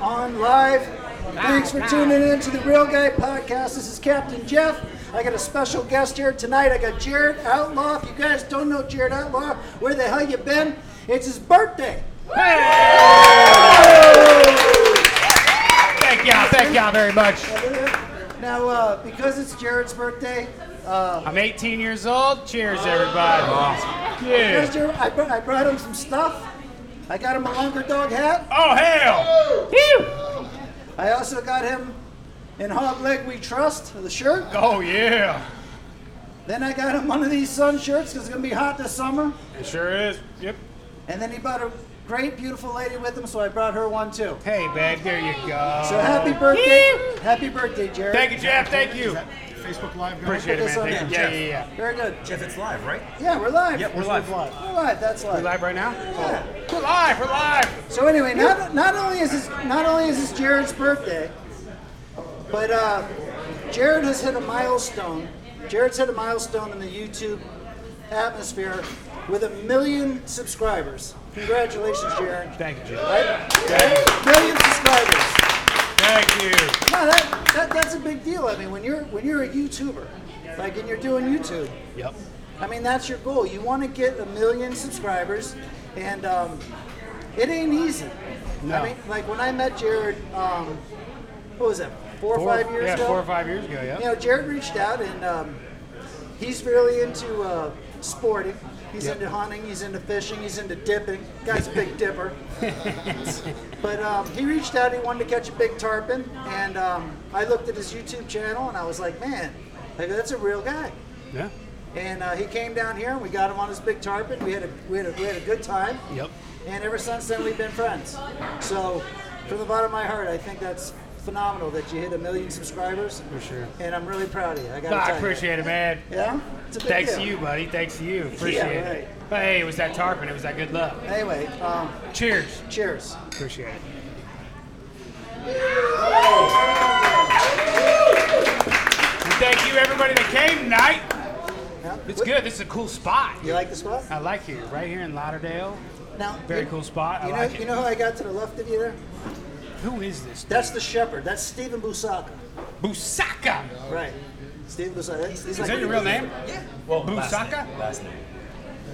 on live. Thanks for tuning in to the Real Guy Podcast. This is Captain Jeff. I got a special guest here tonight. I got Jared Outlaw. If you guys don't know Jared Outlaw, where the hell you been? It's his birthday. Thank y'all, thank y'all very much. Now, uh, because it's Jared's birthday, uh, I'm 18 years old. Cheers, everybody. here's Yeah. Jared- I, brought, I brought him some stuff. I got him a longer dog hat. Oh hell! Phew. I also got him in Hog Leg We Trust, the shirt. Oh yeah! Then I got him one of these sun shirts because it's going to be hot this summer. It sure is. Yep. And then he brought a great, beautiful lady with him, so I brought her one too. Hey, man, there you go. So happy birthday. Happy birthday, Jared. Thank you, Jeff. Thank you. Facebook Live. guys? Appreciate it, man. Put this on Thank you. Yeah, there. yeah, yeah. Very good. Jeff, it's live, right? Yeah, we're live. Yep, we're live. live. We're live. That's live. We live right now? Yeah. We're live. We're live. So anyway, not not only is this not only is this Jared's birthday, but uh, Jared has hit a milestone. Jared's hit a milestone in the YouTube atmosphere with a million subscribers. Congratulations, Jared. Thank you, Jeff. Right? Million subscribers. Thank you. No, that, that that's a big deal. I mean, when you're when you're a YouTuber, like, and you're doing YouTube, Yep. I mean, that's your goal. You want to get a million subscribers, and um, it ain't easy. I No. mean, like when I met Jared, um, what was that? Four, or five years yeah, ago. four or five years ago. Yeah. You know, Jared reached out, and um, he's really into uh, sporting. He's into hunting. He's into fishing. He's into dipping. Guy's a big dipper. but um, he reached out. He wanted to catch a big tarpon, and um, I looked at his YouTube channel, and I was like, man, like, that's a real guy. Yeah. And uh, he came down here, and we got him on his big tarpon. We had a we had a, we had a good time. Yep. And ever since then, we've been friends. So, from the bottom of my heart, I think that's phenomenal that you hit a million subscribers. For sure. And I'm really proud of you. I got. I appreciate it, man. Yeah. It's a big Thanks deal. to you, buddy. Thanks to you. Appreciate it. Hey, it was that tarpon. It was that good luck. Anyway, um, Cheers. cheers. Appreciate it. And thank you everybody that came tonight. Yeah. It's What- good. This is a cool spot. You like the spot? I like here, right here in Lauderdale. Now, Very you- cool spot. I You know, like it. you know how I got to the left of you there? Who is this? That's the shepherd. That's Stephen Busaka. Busaka. Right. Stephen Busaka. He's Is that your real name? Yeah. Well, Busaka. Last name.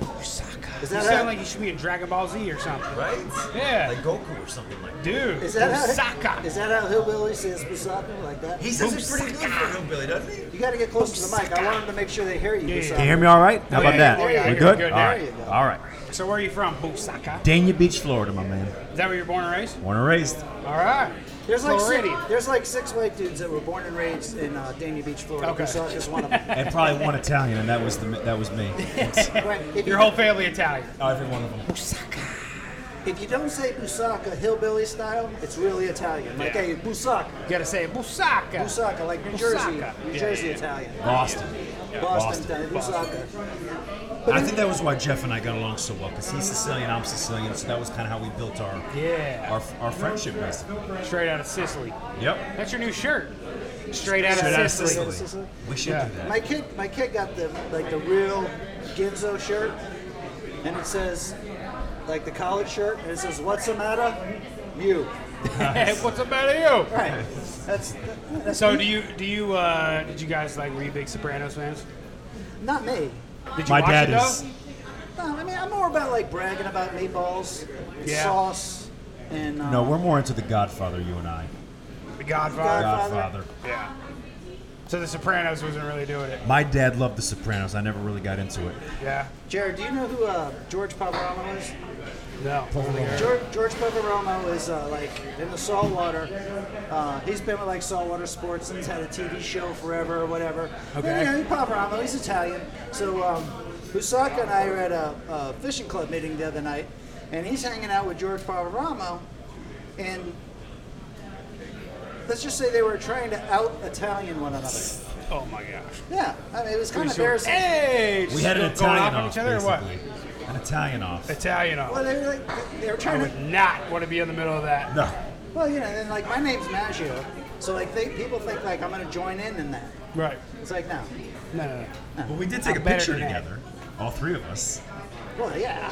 Busaka. Is that you how- sound like you should be in Dragon Ball Z or something, Right? Yeah. Like Goku or something like that. dude. Is that how? Busaka. Is that how hillbilly says Busaka like that? He says it's pretty good for hillbilly, doesn't he? You got to get close to the mic. I want them to make sure they hear you. Yeah, Busaka. Can you hear me all right? How Oh, about yeah, that? yeah, yeah, we yeah, good? good. All There right. you go. All right. so where are you from, Busaka? Dania Beach, Florida, my man. Is that where you're born and raised? Born and raised. All right. There's like six, Floridian. there's like six white dudes that were born and raised in uh, Dania Beach, Florida. Okay. Busaka is one of them. And probably one Italian, and that was the that was me. Right. If you, Your whole family Italian. Oh, every one of them. if you don't say Busaka hillbilly style, it's really Italian. Like Yeah. hey, Busaka. You gotta say Busaka. Busaka, like New Jersey, New Busaka. Yeah, Jersey yeah. Italian. Boston. Boston, Boston. Italian, Busaka. I think that was why Jeff and I got along so well, because he's Sicilian, I'm Sicilian, so that was kind of how we built our Yeah. our, our friendship, basically. Straight out of Sicily. Yep. That's your new shirt. Straight out Straight out of of Sicily. Sicily. We should Yeah. do that. My kid, my kid got the like the real Ginzo shirt, and it says like the college shirt, and it says "What's the matter?" You. Hey, what's up out of Right. That's, you? that's So do you do you uh did you guys like were you big Sopranos fans? not me. Did you My watch dad it though? is. No, I mean I'm more about like bragging about meatballs, and Yeah. sauce, and um, No, we're more into The Godfather, you and I. The Godfather. Godfather. Godfather. Yeah. So the Sopranos wasn't really doing it. My dad loved The Sopranos. I never really got into it. Yeah. Jared, do you know who uh, George Pavaroma is? No. George, George Pavaroma is uh, like in the saltwater. Uh, he's been with like saltwater sports and he's had a TV show forever or whatever. Okay. And, you know, Pavaroma, he's Italian. So um, Husaka and I were at a, a fishing club meeting the other night, and he's hanging out with George Pavaroma, and let's just say they were trying to out Italian one another. Oh my gosh. Yeah, I mean it was kind of So- embarrassing. Hey, We had an just going off Italian on off, each other or what? basically. An Italian off. Italian Well, off. they were like they were I trying to would not want to be in the middle of that. No. Well, you know, and like my name's Maggio, so like they, people think like I'm gonna join in in that. Right. It's like no. No, no, no. But we did take I'm a better picture than that. together, all three of us. Well, yeah.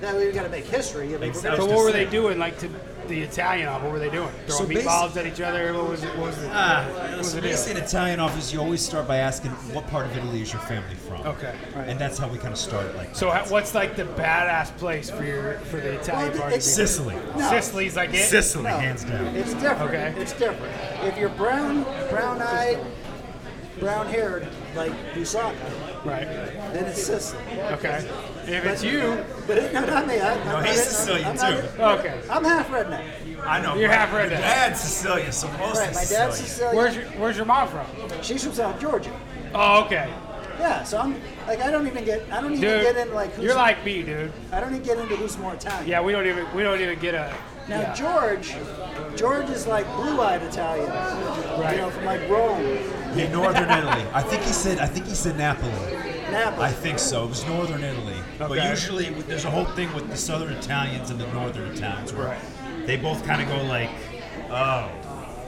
That we gotta make history. I mean, we're Exactly. gonna- So Just what to were say. they doing? Like to the Italian off? What were they doing? So Throwing basi- meatballs at each other? What was it? What was it? Ah, what was so the when you deal? say an Italian office, you always start by asking what part of Italy is your family from. Okay. And that's how we kind of started. Like So ha- what's like the badass place for your for the Italian Well, barbecue? it's- Sicily, No. Sicily's like it. Sicily, No. hands down. It's different. Okay. It's different. If you're brown, brown-eyed, brown-haired, like Busaka, Right. then it's Sicily. Okay. If it's you, But it, no, not me. I, No, I'm he's not- Sicilian I'm too. not- okay. I'm half redneck. I know. You're but half redneck. Your dad's Sicilian, so most Right, is my dad's Sicilian. Sicilian. Where's your Where's your mom from? She's from South Georgia. Oh, okay. Yeah, so I'm like I don't even get I don't even Dude, get into like who's you're like me, dude. I don't even get into who's more Italian. Yeah, we don't even we don't even get a. Now yeah. George, George is like blue-eyed Italian, Right. you know, from like Rome, Yeah, northern Italy. I think he said. I think he said Napoli. Naples. I think so. It was northern Italy. But Okay. usually with- there's a whole thing with the southern Italians and the northern Italians where they both kind of go like, oh,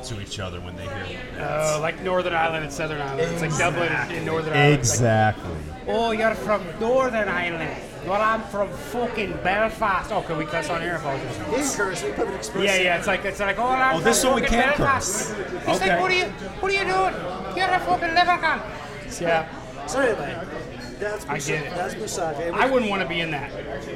to each other when they hear Uh, like Northern Ireland and Southern Ireland. It's like Dublin and- and Northern Ireland. It's like, Exactly. oh, you're from Northern Ireland. Well, I'm from fucking Belfast. Oh, can we cuss on here? Apologies. In curse, we put an express. Yeah, yeah. It's like it's like oh, I'm Oh, from this one we fucking can Belfast. curse. It's like Okay. what are you what are you doing? You're a fucking leprechaun. Yeah, So anyway, that's I Busa- get it. That's Busaka. And we- I wouldn't want to be in that.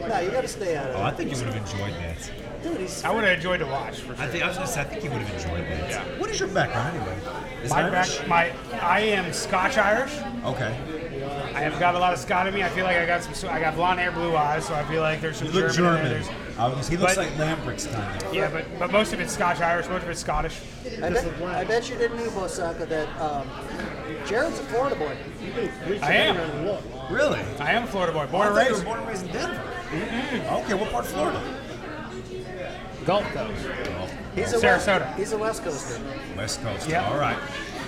No, you gotta stay out Oh, of I think you would have enjoyed that. it. Dude, he's I would have enjoyed to watch for sure. I think I was gonna say I think you would have enjoyed that. Yeah. What is your background anyway? Is it My Irish? back, my I am Scotch Irish. Okay. I have got a lot of Scott in me. I feel like I got some. I got blonde hair, blue eyes, so I feel like there's some You look German. in German. there. There's- I was, he looks But- like Lambricks kind of. Yeah, but but most of it's Scotch Irish, most of it's Scottish. I bet, I bet you didn't know, Bosaka, that um, Jared's a Florida boy. I am. Really? I am a Florida boy, I born and thought you were raised. born and raised in Denver. Okay, what part of Florida? Gulf Coast. He's a Sarasota. West, he's a West Coaster. West Coast. Yeah. All right.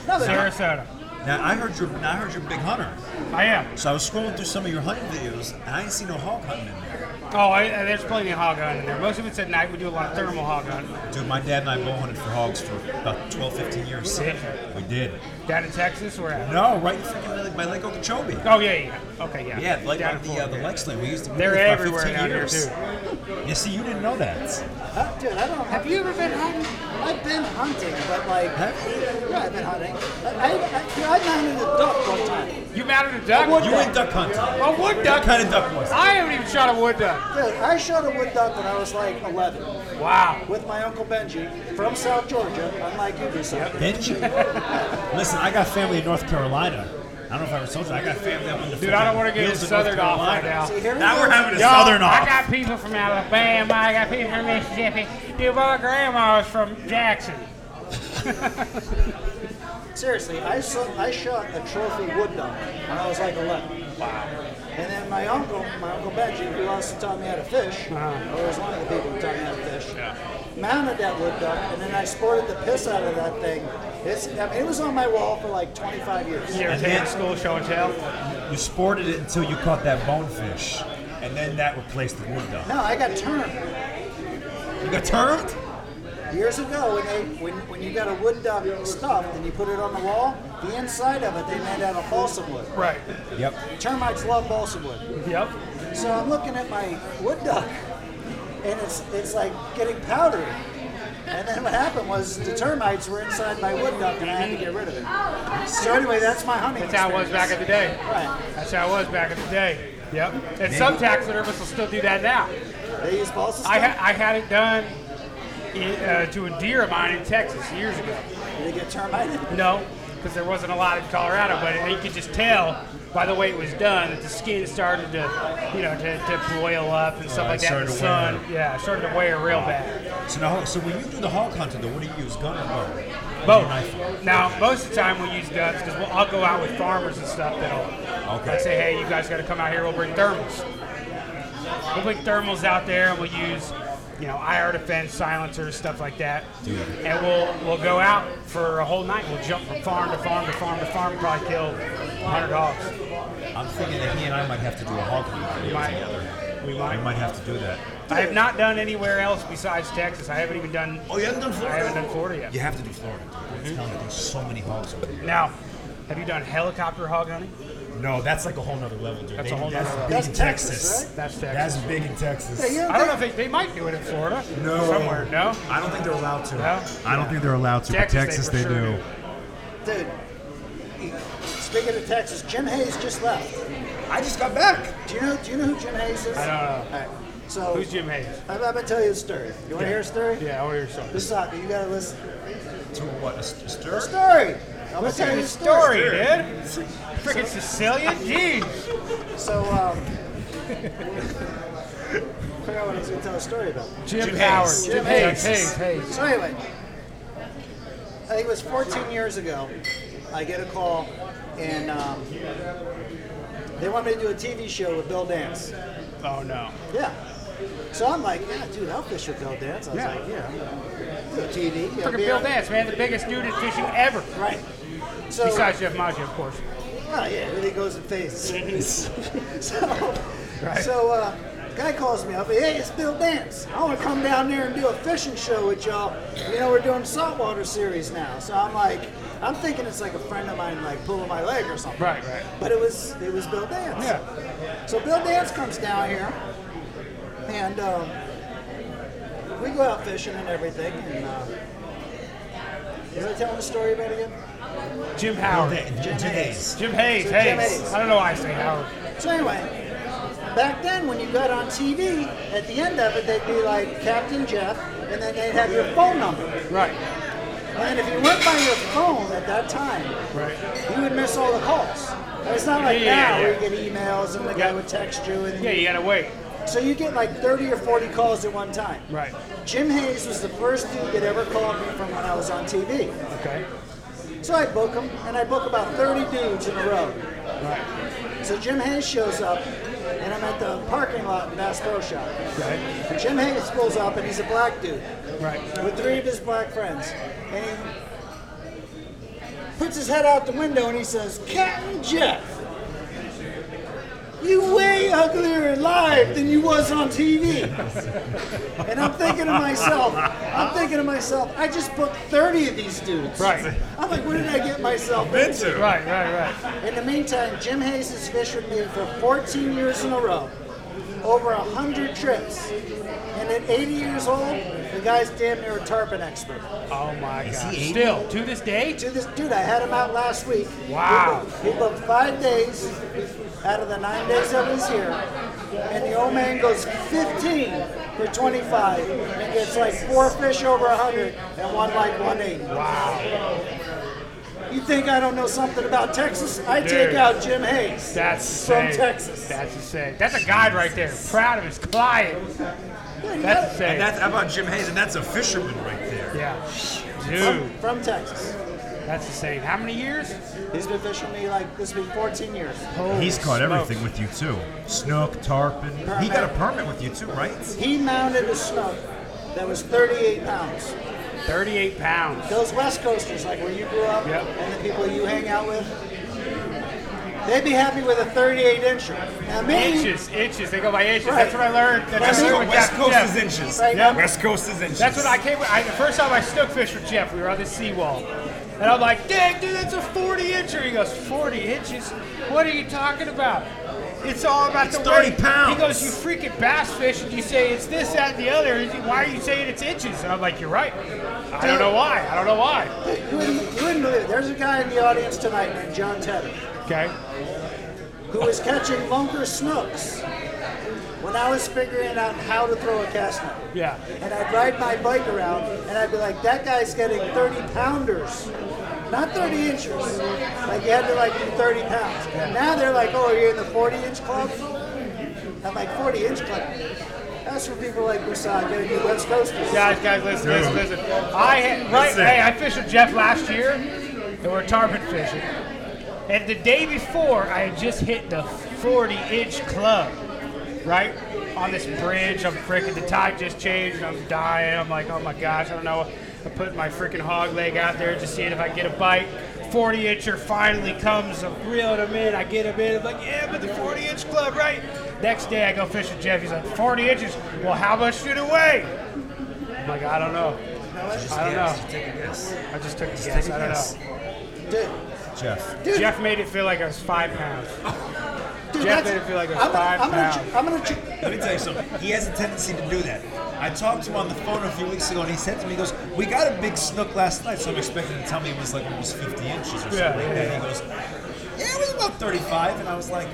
No, they're not. Sarasota. Now I heard you're now I heard you're a big hunter. I am. So I was scrolling through some of your hunting videos, and I ain't seen no hog hunting in there. Oh, I, I- there's plenty of hog hunting in there. Most of it's at night. We do a lot of thermal hog hunting. Dude, my dad and I bow hunted for hogs for about 12, 15 years. Sick. We did. Down in Texas, we're at. No, right in freaking like by Lake Okeechobee. Oh yeah, yeah. yeah. Okay, yeah. Yeah, like Down at in the, uh, the Florida, yeah. Lake Sling. We used to be They're there for everywhere 15 down here years. too. Yeah, see, you didn't know that. Huh? Dude, I don't. Have you ever been hunting? I've been hunting, but like, Have yeah, I've been hunting. I, I, I, I mounted a duck one time. You mounted a duck? A wood You went duck hunting. A wood duck? What kind of duck was it? I haven't even shot a wood duck. Dude, I shot a wood duck when I was like 11 Wow. with my uncle Benji from South Georgia, unlike you do, son. Benji? Listen, I got family in North Carolina. I don't know if I ever told you. I got family up in the Dude, I don't want to get a hills of North southern off right Carolina. now. See, here we Now go. we're having a Y'all, southern off. I got people from Alabama. I got people from Mississippi. Dude, my grandma's from Jackson. Seriously, I, saw, I shot a trophy wood duck when I was like 11. Wow. And then my uncle, my uncle Benji, who also taught me how to fish, Uh-huh. or was one of the people who taught me how to fish, mounted that wood duck, and then I sported the piss out of that thing. It's, I mean, it was on my wall for like 25 years. You ever taken to school show and tell? You sported it until you caught that bonefish, and then that replaced the wood duck. No, I got turned You got termed? years ago when they when, when you got a wood duck stuffed and you put it on the wall. The inside of it they made out of balsam wood. Right. Yep. Termites love balsam wood. Yep. So I'm looking at my wood duck, and it's it's like getting powdery. And then what happened was the termites were inside my wood duck, and I had to get rid of it. So anyway, that's my hunting. That's how it was back in the day. Right. That's how it was back in the day. Yep. And some taxidermists will still do that now. They use balsam. I, stuff? ha- I had it done in, uh, to a deer of mine in Texas years ago. Did they get termited? No, because there wasn't a lot in Colorado, but it, you could just tell by the way it was done that the skin started to, you know, to, to boil up and stuff Oh, like it that. in The sun, started to yeah, it started to wear real bad. So now, so when you do the hog hunting, though, what do you use, gun or bow? Or Both. Knife. Now, most of the time we use guns because we'll, I'll go out with farmers and stuff that'll Okay. like, say, hey, you guys got to come out here. We'll bring thermals. We'll bring thermals out there and we'll use, you know, IR defense, silencers, stuff like that. Dude. And we'll we'll go out for a whole night. We'll jump from farm to farm to farm to farm, probably kill 100 dogs. I'm thinking that he and I might have to do a hog hunting video might. together. We might. We might have to do that. I have not done anywhere else besides Texas. I haven't even done. Oh, you haven't done I haven't done Florida yet. You have to do Florida. dude. I'm telling you, there's so many hogs. over there. Now, have you done helicopter hog hunting? No, that's like a whole nother level, dude. That's They- a whole that's nother level. big That's in Texas, Texas. right? That's Texas. That's big in Texas. Hey, you I don't know if they, they might do it in Florida. No. Somewhere. No. I don't think they're allowed to. No. I don't think they're allowed to, Texas, they but Texas for they, sure do. do. Dude, speaking of Texas, Jim Hayes just left. I just got back. Do you know? Do you know who Jim Hayes is? I don't know. All right. So Who's Jim Hayes? I'm, I'm gonna tell you a story. You want to hear a story? Yeah, I want to hear something. This is hockey. You gotta listen. To what? A st- stir? A story. I'm gonna tell you a Freaking story. story, dude. Freaking Sicilian, jeez. So um, I forgot what I was gonna tell a story about. Jim, Hayes. Howard, Jim Jim Hayes, Hayes, Texas. Hayes. So anyway, I think it was 14 years ago. I get a call, and um, they want me to do a TV show with Bill Dance. Oh no. Yeah. So I'm like, yeah, dude, I'll fish with Bill Dance. I was Yeah. like, yeah, do a TV. you know, Freaking be Bill on- Dance, man, the biggest dude in fishing ever. Right. So, Besides Jeff Maggio, of course. oh, yeah, really goes in faces. so, so uh, guy calls me up. Hey, it's Bill Dance. I want to come down there and do a fishing show with y'all. You know, we're doing saltwater series now. So I'm like, I'm thinking it's like a friend of mine like pulling my leg or something. Right, right. But it was it was Bill Dance. Yeah. So Bill Dance comes down here, and um, we go out fishing and everything. And uh, was I telling the story about again? Jim Howard. Jim Hayes. Jim Hayes, So Jim Hayes. Hayes. I don't know why I say Howard. So anyway, back then when you got on TV, at the end of it, they'd be like Captain Jeff, and then they'd have your phone number. Right, And if you went by your phone at that time, right. you would miss all the calls. It's not like Yeah, yeah, now yeah. where you get emails and the guy Yeah. would text you, and Yeah, you gotta wait. so you get like 30 or 40 calls at one time. Right. Jim Hayes was the first dude that ever called me from when I was on TV. Okay. So I book him, and I book about 30 dudes in a row. Right. So Jim Hayes shows up, and I'm at the parking lot in Bass Pro Shop. Okay. And Jim Hayes pulls up, and he's a black dude Right. with three of his black friends. And he puts his head out the window and he says, Captain Jeff, you way uglier live than you was on TV. and I'm thinking to myself, I'm thinking to myself, I just booked 30 of these dudes. Right. I'm like, what did I get myself Been into? to. Right, right, right. In the meantime, Jim Hayes has fished with me for 14 years in a row, over 100 trips. And at 80 years old, the guy's damn near a tarpon expert. Oh my Is he god. 80? Still, to this day? To this dude, I had him out last week. Wow. He booked, he booked five days out of the nine days of his year. And the old man goes 15 for 25 and gets like four fish over 100 and one like 180. Wow. You think I don't know something about Texas? I take Dude. out Jim Hayes. That's from insane. Texas. That's insane. That's a guide right there. Proud of his client. Yeah, you That's got it. insane. And that's how about Jim Hayes, and that's a fisherman right there. yeah. from, Dude, from Texas. that's insane. How many years? He's been fishing me like this has been 14 years. He's caught Holy everything smokes. with you too. Snook, tarpon. He got a permit with you too, right? He mounted a snook that was 38 pounds. 38 pounds. Those West Coasters, like where you grew up Yep. and the people you hang out with, they'd be happy with a 38 incher. Now me, Inches, inches. They go by inches. Right. That's what I learned. That's, That's what what I learned with West Captain Coast Jeff. is inches. Right. Yeah. West Coast is inches. That's what I came. I, the first time I snook fished with Jeff, we were on this seawall, and I'm like, "Dang, dude, that's a 40 incher." He goes, "40 inches? What are you talking about? It's all about It's the 30 weight." pounds. He goes, "You freaking bass fish, and you say it's this, that, and the other. He's like, Why are you saying it's inches?" And I'm like, "You're right. I don't know why. I don't know why." you wouldn't, you wouldn't believe it. There's a guy in the audience tonight named John Tedder Okay. who was catching lunker snooks when I was figuring out how to throw a cast net. Yeah. and I'd ride my bike around, and I'd be like, that guy's getting 30 pounders, not 30 inches. Like you had to like do 30 pounds. Now they're like, oh, you're in the 40 inch club. I'm like 40 inch club. That's for people like Musa getting the West Coasters. Guys, guys, listen, listen, Dude. listen. I had, right, Listen. hey, I fished with Jeff last year, and we we're tarpon fishing. And the day before, I had just hit the 40-inch club, right on this bridge. I'm freaking the tide just changed. and I'm dying. I'm like, oh my gosh, I don't know. I put my freaking hog leg out there just seeing if I get a bite. 40 incher finally comes. I'm reeling him in. I get him in. I'm like, yeah, but the 40 inch club, right? Next day I go fish with Jeff. He's like, 40 inches. Well, how much should it weigh? I'm like, I don't know. I don't know. Take a guess. I just took a guess. take a I don't guess. know. Dude, Jeff. Dude, Jeff made it feel like I was five pounds. dude, that's- Jeff made it feel like a I'm gonna- five I'm gonna, pound. ch- I'm gonna, ch- Let me tell you something. He has a tendency to do that. I talked to him on the phone a few weeks ago, and he said to me, he goes, we got a big snook last night, so I'm expecting him to tell me it was like almost 50 inches or something Yeah, like yeah, that. And he goes, yeah, it was about 35. And I was like,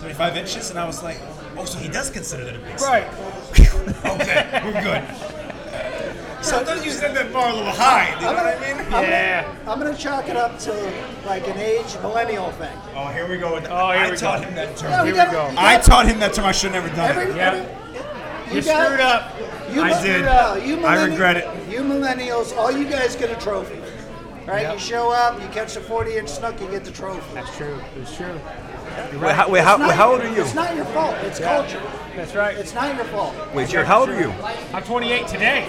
35 inches? And I was like, oh, so he does consider that a big snook. Right. okay, we're good. Sometimes you set that bar a little high, you know I'm what gonna, I mean? I'm Yeah. gonna, I'm gonna chalk it up to like an age millennial thing. Oh, here we go. with- Oh, here I we taught go. him that Yeah, term. we Here we gotta- go. you I gotta- taught him that term. I should have never done Every, it. Yeah. every- you You got- screwed up. You I must- did. no, you I millenni- regret it. You millennials, all you guys get a trophy. Right? You show up, you catch the 40 inch snook, you get the trophy. That's true. It's true. Wait, how, wait, how, It's not- how old are you? It's not your fault. It's culture. That's right. It's not your fault. Wait, Jared, how old are you? I'm 28 today.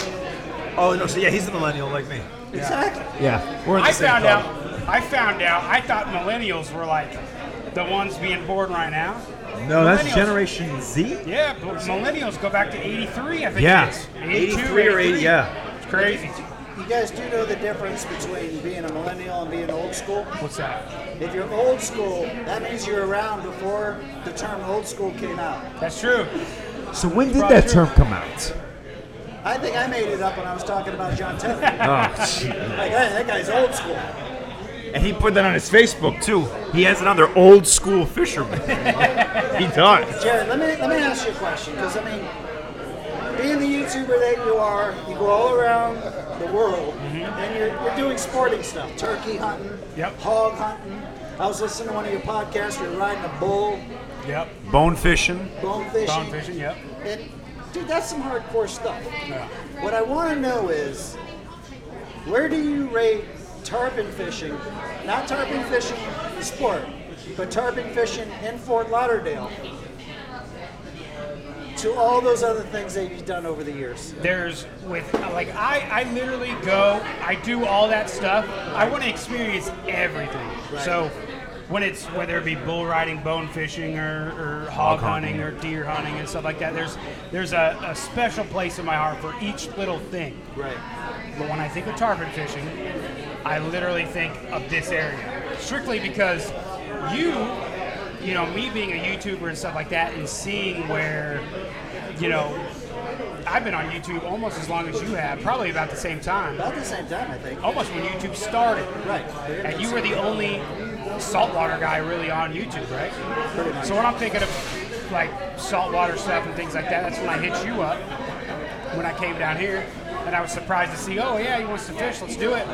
Oh, no, so yeah, he's a millennial like me. Exactly. Yeah. We're in the I same found club. out. I found out. I thought millennials were like the ones being born right now. No, that's Millennials. Generation Z? Yeah, but millennials go back to 83, I think. Yeah. it is. 83 or 80, yeah. It's crazy. You guys do know the difference between being a millennial and being old school? What's that? If you're old school, that means you're around before the term old school came out. That's true. So when did Probably that true. term come out? I think I made it up when I was talking about John Teffer. Oh, shit. like, hey, that guy's old school. And he put that on his Facebook, too. He has another old school fisherman. he does. Jared, let me let me ask you a question because I mean, being the YouTuber that you are, you go all around the world and you're, you're doing sporting stuff, turkey hunting, Yep. hog hunting. I was listening to one of your podcasts. You're riding a bull, Yep. Bone fishing. bone fishing, Bone fishing. Yep. and dude, that's some hardcore stuff. Yeah. What I want to know is, where do you rate tarpon fishing? Not tarpon fishing the sport, but tarpon fishing in Fort Lauderdale. To all those other things that you've done over the years. There's with like I I literally go. I do all that stuff. I want to experience everything. So when it's whether it be bull riding, bone fishing, or, or hog hunting, or deer hunting and stuff like that, there's there's a, a special place in my heart for each little thing. Right. But when I think of tarpon fishing, I literally think of this area. Strictly because you, you know, me being a YouTuber and stuff like that and seeing where, you know, I've been on YouTube almost as long as you have, probably about the same time. About the same time, I think. Almost when YouTube started. Right. And you were the only saltwater guy really on YouTube, right? Pretty much. So when I'm thinking of like saltwater stuff and things like that, that's when I hit you up when I came down here, and I was surprised to see, oh yeah, he wants to fish, let's do it.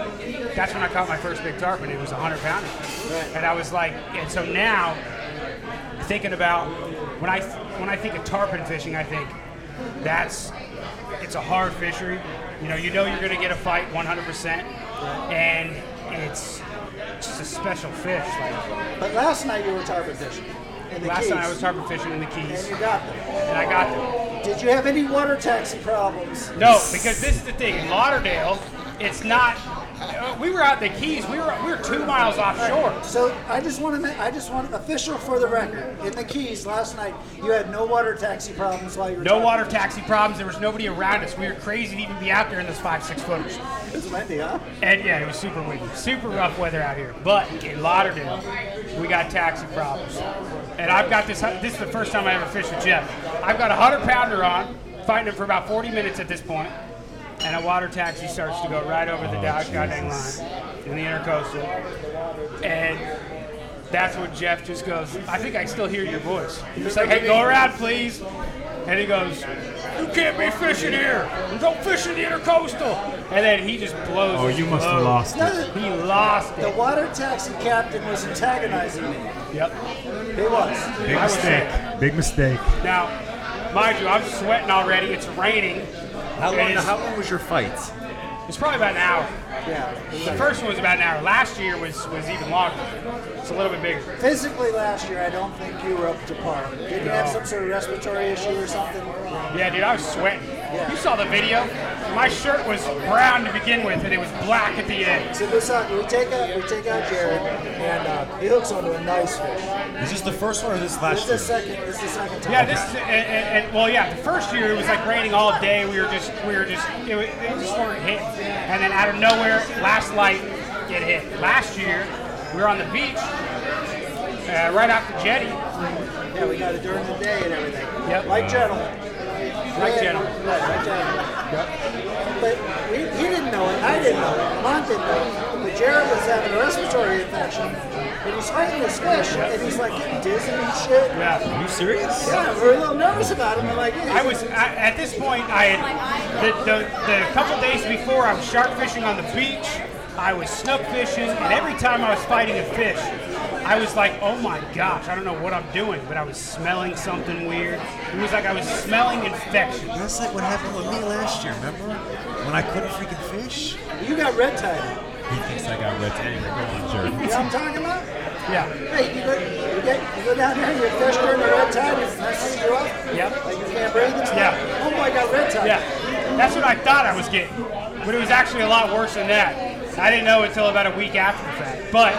That's when I caught my first big tarpon. It was a hundred pounder, and I was like, and so now thinking about when I when I think of tarpon fishing, I think that's it's a hard fishery. You know, you know you're going to get a fight 100%, and it's just a special fish. Like But last night you were tarpon fishing. In the last Keys, night I was tarpon fishing in the And Keys, you got them. and I got them. Did you have any water taxi problems? No, because this is the thing. In Lauderdale, it's not. uh, We were out in the Keys. We were we were two miles offshore. So I just want to make, I just want official for the record. In the Keys last night, you had no water taxi problems while you were No tarpon water taxi problems. There was nobody around us. We were crazy to even be out there in those five six footers. fishing. It was windy, huh? And yeah, it was super windy, super rough weather out here. But in Lauderdale, we got taxi problems. And I've got this. This is the first time I ever fished with Jeff. I've got a hundred pounder on, fighting him for about 40 minutes at this point, and a water taxi starts to go right over the dog goddamn line in the intercoastal, and. That's when Jeff just goes, I think I still hear your voice. He's like, hey, go around, please. And he goes, you can't be fishing here. Don't fish in the intercoastal. And then he just blows. Oh, his you must have load. lost it. No, He lost The it. water taxi captain was antagonizing me. Yep. He was. I was sick. Big mistake. Now, mind you, I'm sweating already. It's raining. How long, It is- how long was your fight? It's probably about an hour. Yeah. The first one was about an hour. Last year was, was even longer. It's a little bit bigger. Physically last year, I don't think you were up to par. Did you have some sort of respiratory issue or something? Yeah, dude, I was sweating. You saw the video. My shirt was brown to begin with, and it was black at the end. So Busaki, we take out we take out Jared, and uh, he hooks onto a nice fish. Is this the first one or this This last is the year? second. This is the second time. Yeah, this is, and, and, and- well, yeah, the first year it was like raining all day. We were just, we were just, it was, it was just weren't hit. And then out of nowhere, last light, it hit. Last year, We were on the beach, uh, right off the jetty. Yeah, we got it during the day and everything. Yep. Like gentlemen. Right, gentlemen. Right, like gentlemen. But we, he didn't know it. I didn't know it. Mom didn't know it. But Jared was having a respiratory infection, and he's fighting his fish, and he's like getting dizzy and shit. Yeah. Are you serious? Yeah, we we're a little nervous about him. I'm like, yeah, I was I, at this point. I had the, the, the couple days before I was shark fishing on the beach. I was snook fishing, and every time I was fighting a fish, I was like, "Oh my gosh, I don't know what I'm doing," but I was smelling something weird. It was like I was smelling infection. That's like what happened with me last year, remember? When I couldn't freaking fish? you got red tide. He thinks I got red anyway. Go on, You Jared. know what I'm talking about? Yeah. Hey, you go, you get, you go down there, your fish during the red tide, it's messing you up. Yep. Like you can't breathe and stuff. Yeah. Oh my God, red tide. Yeah, that's what I thought I was getting, but it was actually a lot worse than that. I didn't know until about a week after the fact, but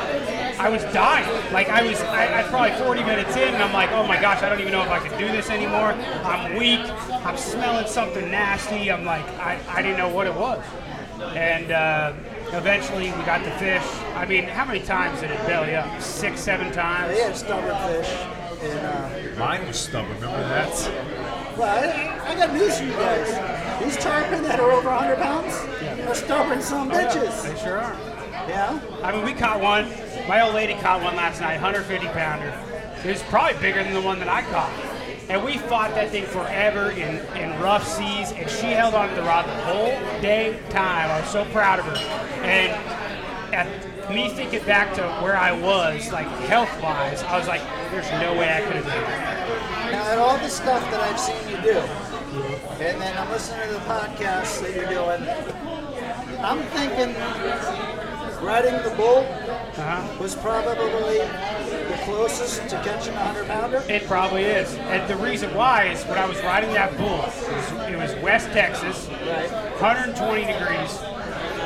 I was dying. Like I was, I, I was probably 40 minutes in, and I'm like, oh my gosh, I don't even know if I can do this anymore. I'm weak. I'm smelling something nasty. I'm like, I, I didn't know what it was, and uh, eventually we got the fish. I mean, how many times did it belly up? Six, seven But times. He had stubborn fish. And, uh, Mine was stubborn. Remember that? well, I, I got news for you guys. These tarpon that are over 100 pounds are stubborn some bitches. They sure are. Yeah? I mean, we caught one. My old lady caught one last night, 150 pounder. It was probably bigger than the one that I caught. And we fought that thing forever in, in rough seas, and she held on to the rod the whole day time. I was so proud of her. And at me thinking back to where I was, like health wise, I was like, there's no way I could have done that. Now, at all the stuff that I've seen you do, and then I'm listening to the podcasts that you're doing, I'm thinking riding the bull was probably the closest to catching a 100 pounder. It probably is. And the reason why is when I was riding that bull, it was, it was West Texas, 120 degrees.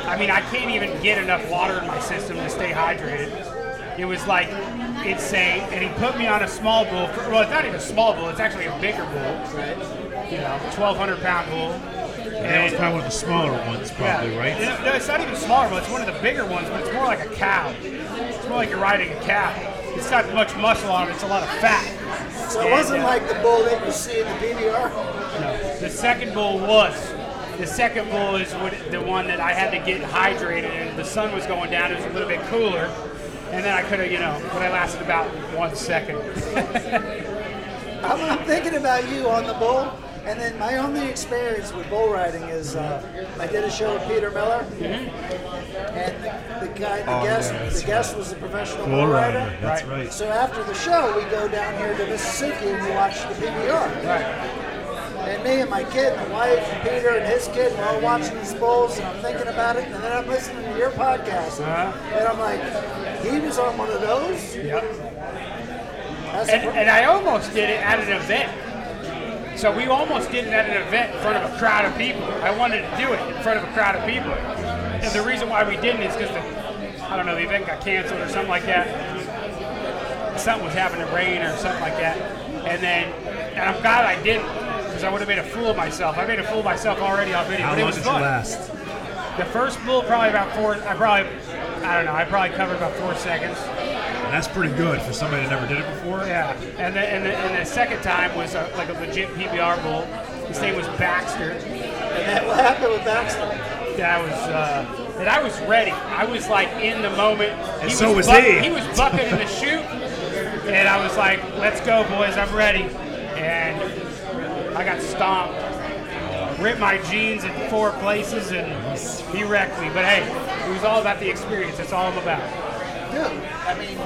I mean, I can't even get enough water in my system to stay hydrated. It was like insane. And he put me on a small bull. Well, it's not even a small bull, it's actually a bigger bull. You know, 1,200 pound bull. That was And- probably one of the smaller ones, probably, yeah. right? No, no, it's not even smaller, but it's one of the bigger ones, but it's more like a cow. It's more like you're riding a cow. It's not much muscle on it, it's a lot of fat. uh, So it wasn't like the bull that you see in the PBR. No. The second bull was. The second bull is what, the one that I had to get hydrated, and the sun was going down. It was a little bit cooler, and then I could have, you know, but I lasted about one second. I'm, I'm thinking about you on the bull. And then my only experience with bull riding is uh, I did a show with Peter Miller, Mm-hmm. and the, the guy, the Oh, guest, the guest was a professional bull rider. That's Right. right. So after the show, we go down here to Mississippi and we watch the PBR. Right. And me and my kid, and my wife, and Peter, and his kid, we're all watching these bulls, and I'm thinking about it. And then I'm listening to your podcast, and I'm like, he was on one of those. Uh-huh. Yep. That's And, a pro- and I almost did it at an event. So we almost did it at an event in front of a crowd of people. I wanted to do it in front of a crowd of people. And the reason why we didn't is because the, I don't know, the event got canceled or something like that. something was happening, rain or something like that. And then, and I'm glad I didn't, because I would have made a fool of myself. I made a fool of myself already on video. How but it long was did you fun. last? The first bull, probably about four. I probably, I don't know. I probably covered about four seconds. That's pretty good for somebody that never did it before. Yeah. And the, and the, and the second time was a, like a legit PBR bull. His name was Baxter. and that what happened with Baxter. That was. Uh, and I was ready. I was like in the moment. And so was buck- he. He was bucking in the chute, and I was like, "Let's go, boys! I'm ready." And I got stomped, ripped my jeans in four places, and he wrecked me. But hey, it was all about the experience. That's all I'm about. Dude, I mean,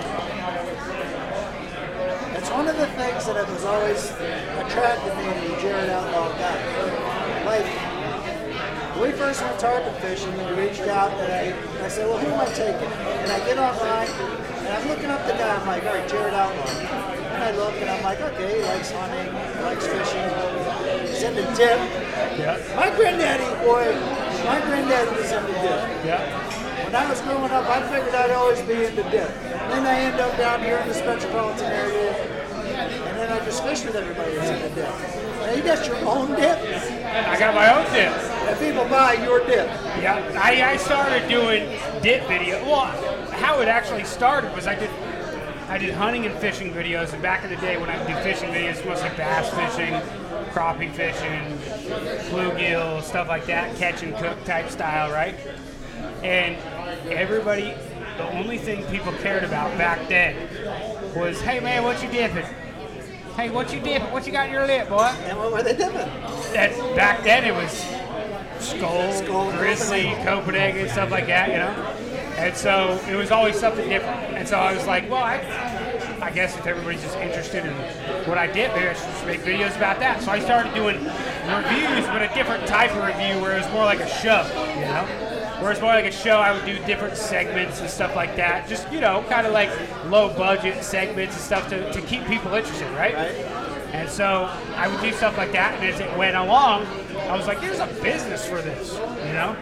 it's one of the things that has always attracted me to Jared Outlaw guy. Like. When we first went tarpon fishing, and we reached out, and I, I said, well, who am I taking? And I get online, and I'm looking up the guy. I'm like, all right, Jared Outlaw. And I look, and I'm like, okay, he likes hunting, he likes fishing, he's into dip. Yeah. My granddaddy, boy, my granddaddy was into dip. Yeah. When I was growing up, I figured I'd always be into dip. Then I end up down here in this metropolitan area, and then I just fish with everybody that's into dip. Now, you got your own dip, I got my own dip. and people buy your dip. Yeah, I, I started doing dip video. Well, how it actually started was I did I did hunting and fishing videos, and back in the day when I did fishing videos, mostly bass fishing, crappie fishing, bluegill, stuff like that, catch and cook type style, right? And everybody, the only thing people cared about back then was, hey man, what you dipping? Hey, what you dipping? What you got in your lip, boy? And what were they dipping? that back then it was Skull, Skull, Grizzly, Copenhagen. Copenhagen. and stuff like that, you know. And so it was always something different. And so I was like, well, I, I guess if everybody's just interested in what I did, maybe I should just make videos about that. So I started doing reviews, but a different type of review where it was more like a show, you know. Where it's more like a show, I would do different segments and stuff like that. Just, you know, kind of like low budget segments and stuff to, to keep people interested, Right. and so I would do stuff like that, and as it went along, I was like, there's a business for this, you know?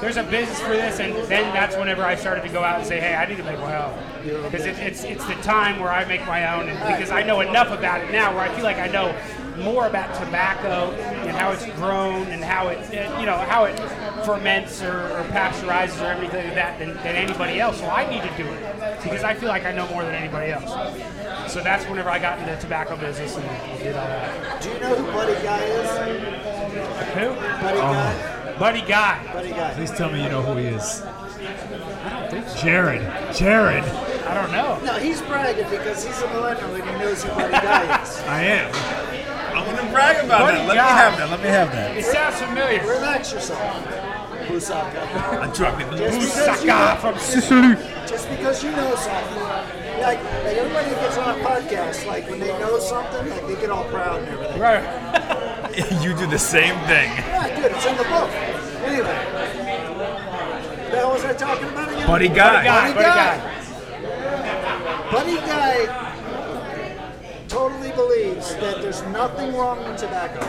There's a business for this, and then that's whenever I started to go out and say, hey, I need to make my own. Because it, it's, it's the time where I make my own, and because I know enough about it now where I feel like I know more about tobacco and how it's grown and how it, uh, you know, how it ferments or, or pasteurizes or everything like that than, than anybody else. So I need to do it because I feel like I know more than anybody else. So that's whenever I got into the tobacco business and did all that. Do you know who Buddy Guy is? Who? Buddy Guy. Buddy Guy. Buddy Guy. Please tell me you know who he is. Jared. Jared. I don't know. No, he's bragging because he's a millennial and he knows who Buddy Guy is. I am. I'm gonna brag about Buddy that. Let God. me have that. Let me have that. It sounds familiar. Relax yourself, Busaka. I'm dropping the Just boots. because, you Sucker know, from Sicily. just because you know something, like, like everybody that gets on a podcast, like when they know something, like they get all proud and everything. Right. you do the same thing. Yeah, dude, it's in the book. Anyway, the hell was I talking about again? Buddy Buddy guy. Guy. Buddy Guy. Buddy Guy totally believes that there's nothing wrong with tobacco.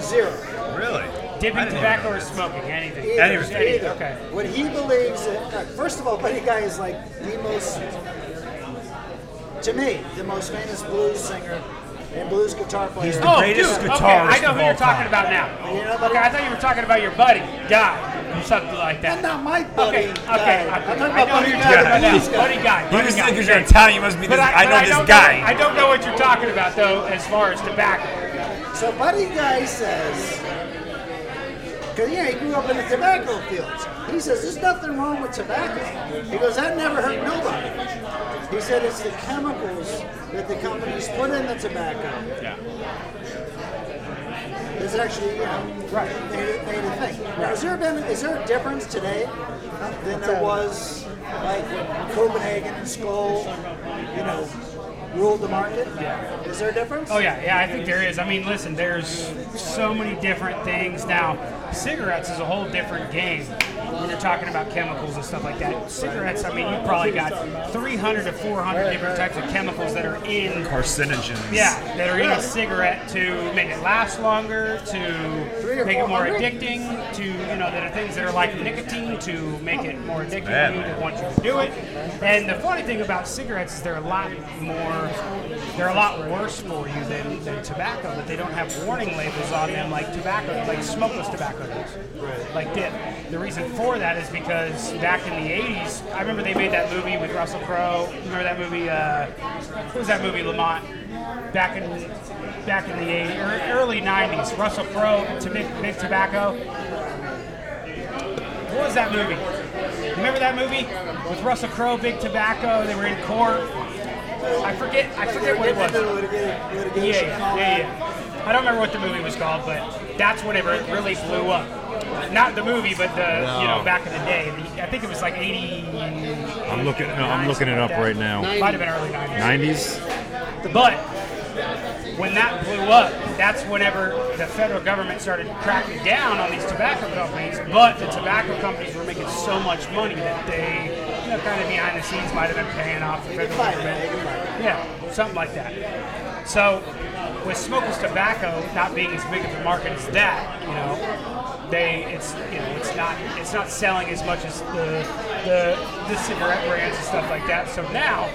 Zero. Really? I Dipping didn't tobacco know or smoking, anything. Either. Anyways, either. okay. What he believes, that, uh, first of all, Buddy Guy is like the most, to me, the most famous blues singer and blues guitar player. He's the Oh, dude. Greatest Okay, guitarist I know of who you're all talking time. about now. You know, buddy- Okay, I thought you were talking about your buddy Guy or something like that. I'm not my buddy. Okay, okay. Guy. I- I'm talking I about know Buddy who you're Guy. talking about now. He's- Buddy Guy. You Buddy just Guy. think because you're Okay. Italian, you must be this. But but I, know don't this guy. I don't know what you're talking about though, as far as tobacco. So Buddy Guy says, because yeah, he grew up in the tobacco fields. He says there's nothing wrong with tobacco. He goes, that never hurt nobody. He said it's the chemicals that the companies put in the tobacco. Yeah. There's actually, you know, Right. made it, made it thing. Now, has there been is there a difference today than um, there was like when Copenhagen and Skoal, you know, ruled the market? Yeah. Is there a difference? Oh yeah, yeah, I think there is. I mean, listen, there's so many different things now. Cigarettes is a whole different game when you're talking about chemicals and stuff like that. Cigarettes, I mean, you probably got 300 to 400 different types of chemicals that are in Carcinogens. Yeah, that are in a cigarette to make it last longer, Three to or make it more 400? addicting, to, you know, that are things that are like nicotine to make it more addicting Bad, to you to man. want you to do it. And the funny thing about cigarettes is they're a lot more, they're a lot worse for you than, than tobacco, but they don't have warning labels on them like tobacco, like smokeless tobacco does. Like dip. The reason for that is because back in the 80s, I remember they made that movie with Russell Crowe. Remember that movie, uh, what was that movie, Lamont? back in back in the 80s, or early 90s. Russell Crowe to Big, Big Tobacco. What was that movie? Remember that movie with Russell Crowe, Big Tobacco? They were in court. I forget. I forget what it was. Litigation, Yeah, and all yeah, yeah, yeah. I don't remember what the movie was called, but that's whenever it really blew up. Not the movie, but the you know back in the day. The- I think it was like 80. I'm looking. No, I'm looking it up right now. Might have been early 90s. 90s. But when that blew up, that's whenever the federal government started cracking down on these tobacco companies. But the tobacco companies were making so much money that they, you know, kind of behind the scenes might have been paying off the You can federal fight it, man. government. You can fight it. Yeah, something like that. So, with smokeless tobacco not being as big of a market as that, you know, they it's you know it's not it's not selling as much as the the, the cigarette brands and stuff like that. So now,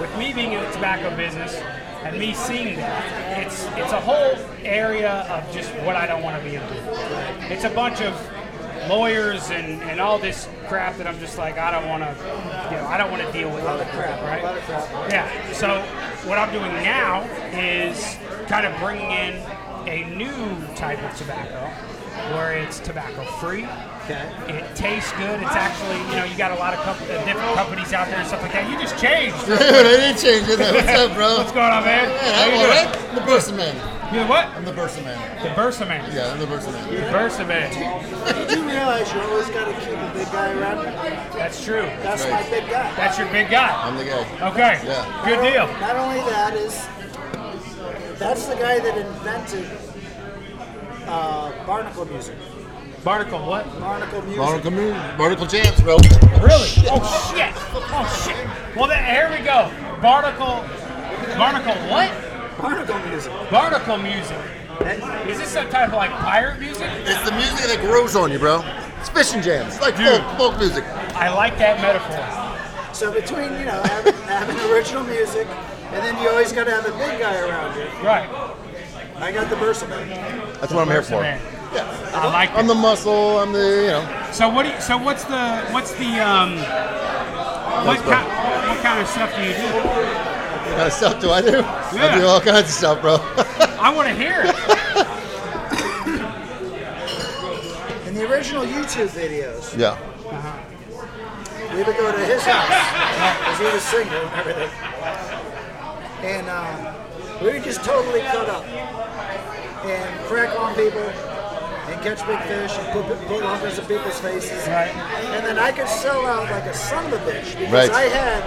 with me being in the tobacco business and me seeing that, it's it's a whole area of just what I don't want to be into. It's a bunch of lawyers and, and all this crap that I'm just like I don't want to, you know, I don't want to deal with all the crap, right? Yeah. So what I'm doing now is kind of bringing in a new type of tobacco, where it's tobacco free. Okay. It tastes good. It's actually, you know, you got a lot of comp- uh, different companies out there and stuff like that. You just changed. Dude, I didn't change it. What's up, bro? What's going on, man? Man, How I'm you all doing? right. I'm the Bursa man. You what? I'm the Bursa man. The Bursa man. Yeah, I'm the Bursa man. The Bursa man. Did you realize you always got to keep a big guy around? That's true. That's Right. my big guy. That's your big guy. I'm the guy. Okay. Yeah. Good Not- deal. Not only that is, that's the guy that invented uh, barnacle music. Barnacle, what? Barnacle music. Barnacle Moon. Barnacle Jams, bro. Really? Oh shit! Oh shit! Well, then, here we go. Barnacle, barnacle, what? Barnacle music. Barnacle music. That- Is this some type of like pirate music? It's the music that grows on you, bro. It's fishing jams. It's like folk, folk music. I like that metaphor. So between you know having, having original music, and then you always got to have a big guy around you. Right. I got the Bursa man. That's what I'm here Bursa for. man. Yeah. I like I'm it. the muscle. I'm the, you know. So what? Do you, so what's the what's the um what Thanks, bro. kind what kind of stuff do you do? What kind of stuff do I do? Yeah. I do all kinds of stuff, bro. I want to hear it. In the original YouTube videos, yeah. we would go to his house because he was single and everything, and uh, we would just totally cut up and crack on people and catch big fish and put put lumpers in people's faces. Right. And then I could sell out like a son of a bitch because Right. I had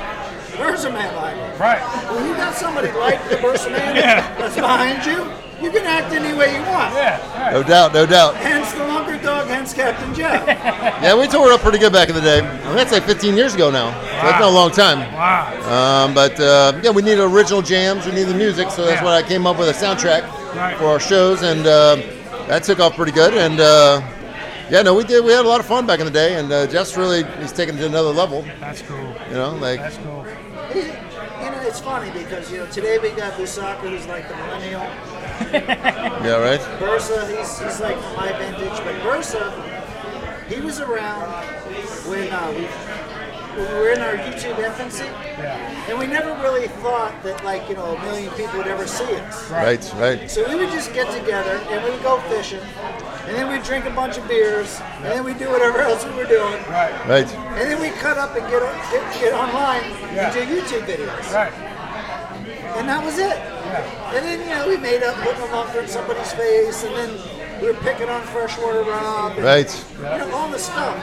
Bursa man like. Right. When you got somebody like the Bursa man Yeah. that's behind you, you can act any way you want. Yeah. No doubt, no doubt. Hence the lumber dog, hence Captain Jeff. Yeah, we tore up pretty good back in the day. I mean, that's like 15 years ago now. So that's been a long time. Wow. Um, but uh, yeah, we need original jams. We need the music, so that's Yeah. why I came up with a soundtrack Right. for our shows, and uh, that took off pretty good. And uh, yeah, no, we did. We had a lot of fun back in the day, and uh, Jeff's really he's taken it to another level. That's cool. You know, like That's cool. you know, it's funny because you know today we got Busaka who's like the millennial. yeah, right. Bursa, he's, he's like from my vintage, but Bursa, he was around when uh, we, when we were in our YouTube infancy, Yeah. and we never really thought that like you know a million people would ever see us. Right, right. So we would just get together and we'd go fishing, and then we'd drink a bunch of beers, and then we'd do whatever else we were doing. Right. Right. And then we cut up and get on, get, get online Yeah. and do YouTube videos. Right. And that was it. And then, you know, we made up, putting a lumber in somebody's face, and then we were picking on freshwater rob. And, Right. You know, all the stuff.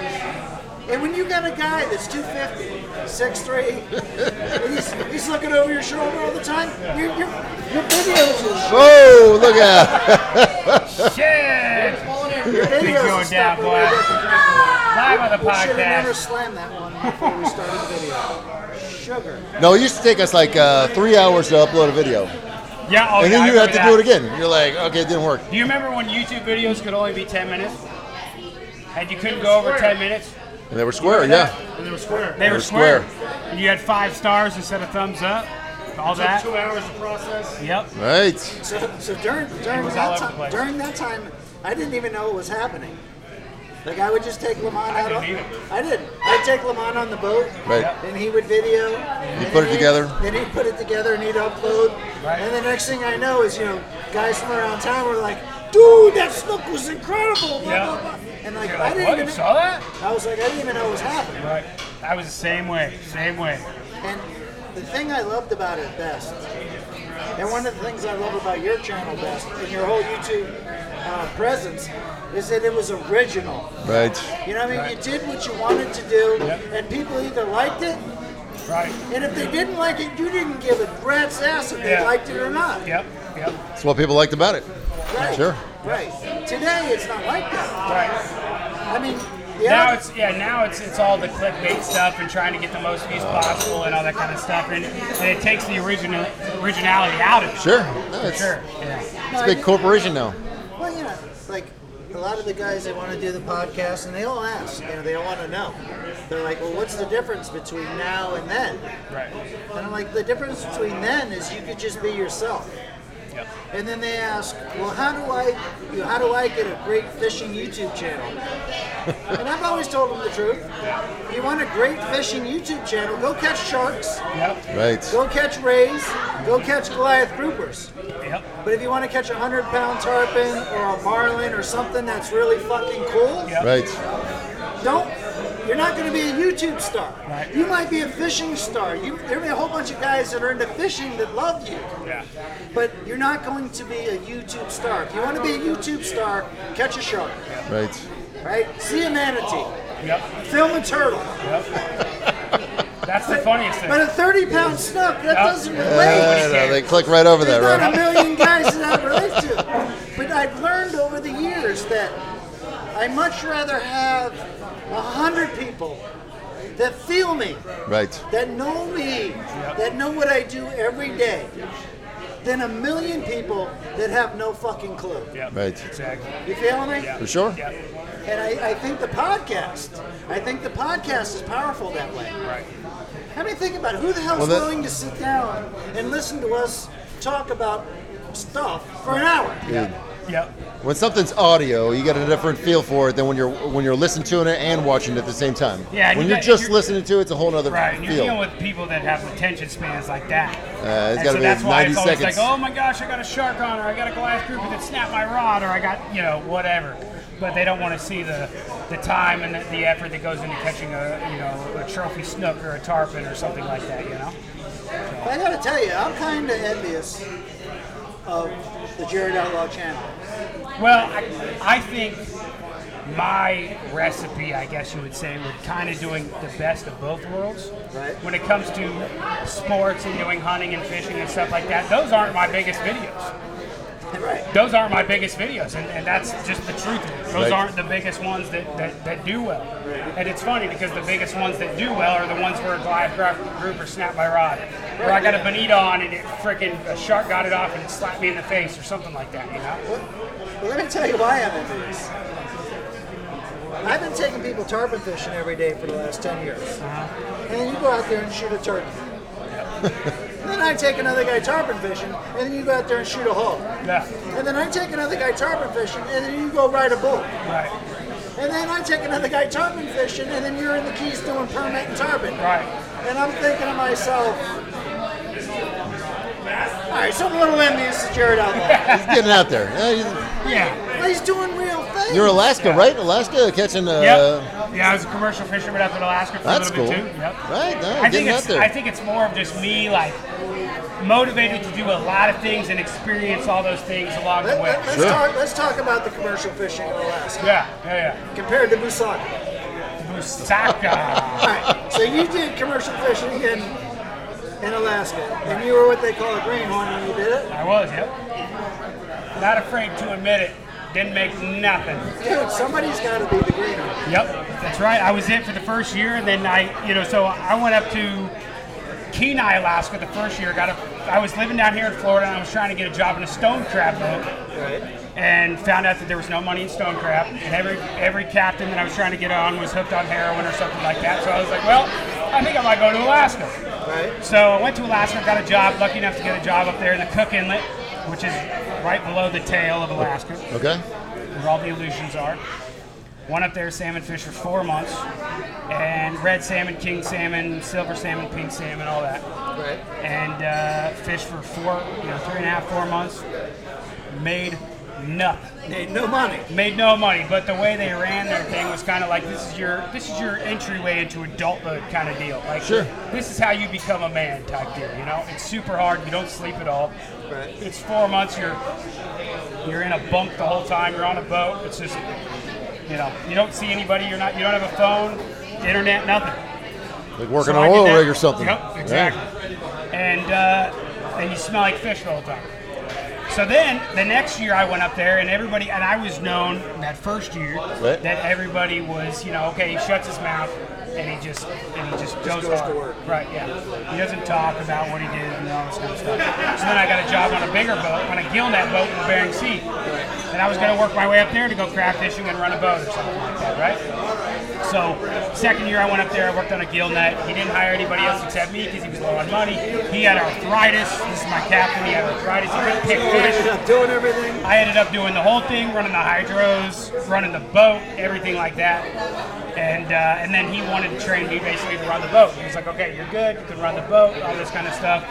And when you got a guy that's 250, 6'3", and he's, he's looking over your shoulder all the time, your, your, your videos will show. Whoa, look at Shit. Your videos going will down, stop boy. Live on the We should have never podcast. slammed that one before we started the video. Sugar. No, it used to take us like uh, three hours to upload a video, Yeah. Oh, and yeah, I then you have remember to that. do it again. You're like, okay, it didn't work. Do you remember when YouTube videos could only be 10 minutes? And you couldn't go over 10 minutes? And they were square, yeah. And they were square. They were were square. square. And you had five stars instead of thumbs up. All that. Two hours to process. Yep. Right. So, so during during was all that over the time, place. during that time, I didn't even know what was happening. Like I would just take Lamont out. didn't on, I did. I'd take Lamont on the boat, Right. and he would video. and put then it he'd- together. Then he'd put it together and he'd upload. Right. And the next thing I know is you know guys from around town were like, "Dude, that snook was incredible!" Blah, Yeah. blah, blah. And like, You're I like, didn't what? You even. saw that? I was like, I didn't even know what was happening. Right. I was the same way. Same way. And the thing I loved about it best, and one of the things I love about your channel best and your whole YouTube uh, presence, is that it was original. Right. You know what I mean? You did what you wanted to do, and people either liked it, Right. and if they didn't like it, you didn't give a rat's ass if they Yeah. liked it or not. Yep. Yep. That's what people liked about it. Right. Sure. Right. Today, it's not like that. Right. I mean, Now yeah. it's yeah. Now it's it's all the clickbait stuff and trying to get the most views possible and all that kind of stuff and, and it takes the original originality out of it. Sure. No, it's, Sure. Yeah. it's a big corporation now. Well, you know, like a lot of the guys that want to do the podcast, and they all ask, you know, they all want to know. They're like, well, what's the difference between now and then? Right. And I'm like, the difference between then is you could just be yourself. Yep. And then they ask, well, how do I, you know, how do I get a great fishing YouTube channel? and I've always told them the truth. You want a great fishing YouTube channel? Go catch sharks. Yep. Right. Go catch rays. Go catch Goliath groupers. Yep. But if you want to catch a hundred pound tarpon or a marlin or something that's really fucking cool, Yep. Right. don't. You're not going to be a YouTube star. Right. You might be a fishing star. You, there may be a whole bunch of guys that are into fishing that love you, Yeah. but you're not going to be a YouTube star. If you want to be a YouTube star, catch a shark, Right. right? See a manatee, Yep. film a turtle, Yep. That's the funniest thing. but a 30 pound snook that doesn't relate. Uh, no, they click right over that, There's not a right? million guys that I relate to. But I've learned over the years that I much rather have a hundred people that feel me, Right. that know me, that know what I do every day, than a million people that have no fucking clue. Yep. Right. Exactly. You feel me? For sure. Yep. And I, I think the podcast, I think the podcast is powerful that way. Right. I mean, think about it. Who the hell's Well, that- willing to sit down and listen to us talk about stuff for an hour? Dude. Yep. When something's audio, you get a different feel for it than when you're when you're listening to it and watching it at the same time. Yeah, and When you you're got- just you're- listening to it, it's a whole other Right. And you're dealing feel. with people that have attention spans like that. Uh, it's and gotta so be that's why it's 90 always seconds. like, oh my gosh, I got a shark on, or I got a glass grouper that snapped my rod, or I got, you know, whatever. But they don't want to see the, the time and the, the effort that goes into catching a, you know, a trophy snook or a tarpon or something like that, you know? I gotta tell you, I'm kind of envious of the Jared Outlaw channel. Well, I, I think my recipe, I guess you would say, would kind of doing the best of both worlds. Right. When it comes to sports and doing hunting and fishing and stuff like that, those aren't my biggest videos. Right. Those aren't my biggest videos, and, and that's just the truth. of it. Those Right. aren't the biggest ones that, that, that do well. And it's funny because the biggest ones that do well are the ones where a glide gro- grouper snapped my rod, or I got a bonita on and it freaking a shark got it off and it slapped me in the face or something like that. You know? Well, let me tell you why I'm envious. I've been taking people tarpon fishing every day for the last 10 years. And then you go out there and shoot a turkey. and then I take another guy tarpon fishing, and then you go out there and shoot a hog. Yeah. And then I take another guy tarpon fishing, and then you go ride a bull. Right, And then I take another guy tarpon fishing, and then you're in the Keys doing permit and tarpon. right. And I'm thinking to myself, all right, so I'm a little envious of Jared Outlaw. He's getting out there. Yeah, he's- Yeah. But He's doing real things. You're Alaska, right? Alaska catching. Uh, Yep. yeah, I was a commercial fisherman up in Alaska for That's a little cool. bit too. Yep. Right, no, I think getting it's out there. I think it's more of just me like motivated to do a lot of things and experience all those things along the Let, way. us Sure. talk, let's talk about the commercial fishing in Alaska Yeah, yeah, compared to Busaka. yeah. Busaka. All right, so you did commercial fishing in, in Alaska, and you were what they call a greenhorn when you did it. I was, yep. Not afraid to admit it. Didn't make nothing. Dude, somebody's got to be the greenhorn. Yep, that's right. I was in for the first year, and then I, you know, so I went up to Kenai, Alaska, the first year. Got a, I was living down here in Florida, and I was trying to get a job in a stone crab boat, and found out that there was no money in stone crab, and every every captain that I was trying to get on was hooked on heroin or something like that. So I was like, well, I think I might go to Alaska. Right? So I went to Alaska, got a job, lucky enough to get a job up there in the Cook Inlet, which is right below the tail of Alaska Okay. where all the illusions are. Went up there salmon fish for four months, and red salmon, king salmon, silver salmon, pink salmon, all that. Right. And uh, fished for four, you know, three and a half, four months. Made nothing Made no money. made no money. But the way they ran their thing was kind of like this is your this is your entryway into adulthood kind of deal. Like Sure. this is how you become a man type deal. You know, it's super hard. You don't sleep at all. Right. It's four months. You're you're in a bunk the whole time. You're on a boat. It's just you know you don't see anybody. You're not you don't have a phone, internet, nothing. Like working So on I an did oil that. rig or something. Yep, Yeah. exactly. And uh, and you smell like fish the whole time. So then the next year I went up there and everybody and I was known that first year Right. that everybody was you know okay he shuts his mouth and he just and he just, goes, goes to hard. work. right yeah he doesn't talk about what he did and all this kind of stuff so then I got a job on a bigger boat on a gillnet boat in Bering Sea and I was going to work my way up there to go crab fishing and run a boat or something like that right So, second year I went up there, I worked on a gill net. He didn't hire anybody else except me because he was low on money. He had arthritis. This is my captain. He had arthritis. He couldn't pick fish. ended up doing everything. I ended up doing the whole thing, running the hydros, running the boat, everything like that. And uh, and then he wanted to train me basically to run the boat. He was like, okay, you're good, you can run the boat, all this kind of stuff.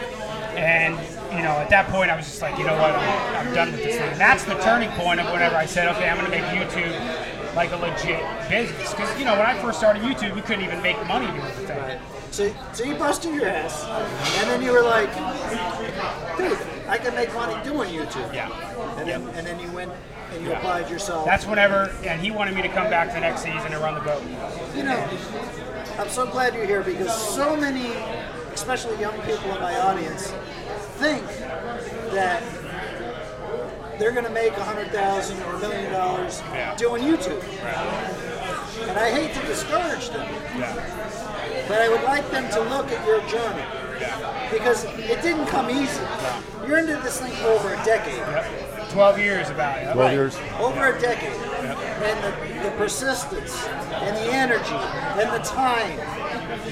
And you know, at that point, I was just like, you know what, I'm, I'm done with this thing. And that's the turning point of whenever I said, okay, I'm going to make YouTube like a legit business. Because you know, when I first started YouTube, you couldn't even make money doing the thing. So, so you busted your ass, and then you were like, dude, I can make money doing YouTube. Yeah. And then, and then you went and you applied yourself. That's whenever, and he wanted me to come back the next season and run the boat. you know, I'm so glad you're here because so many, especially young people in my audience, think that they're going to make a hundred thousand or a million dollars doing YouTube, and I hate to discourage them, but I would like them to look at your journey because it didn't come easy. You're into this thing for over a decade. Yep. Twelve years about it. Twelve years. over a decade. And the, the persistence and the energy and the time.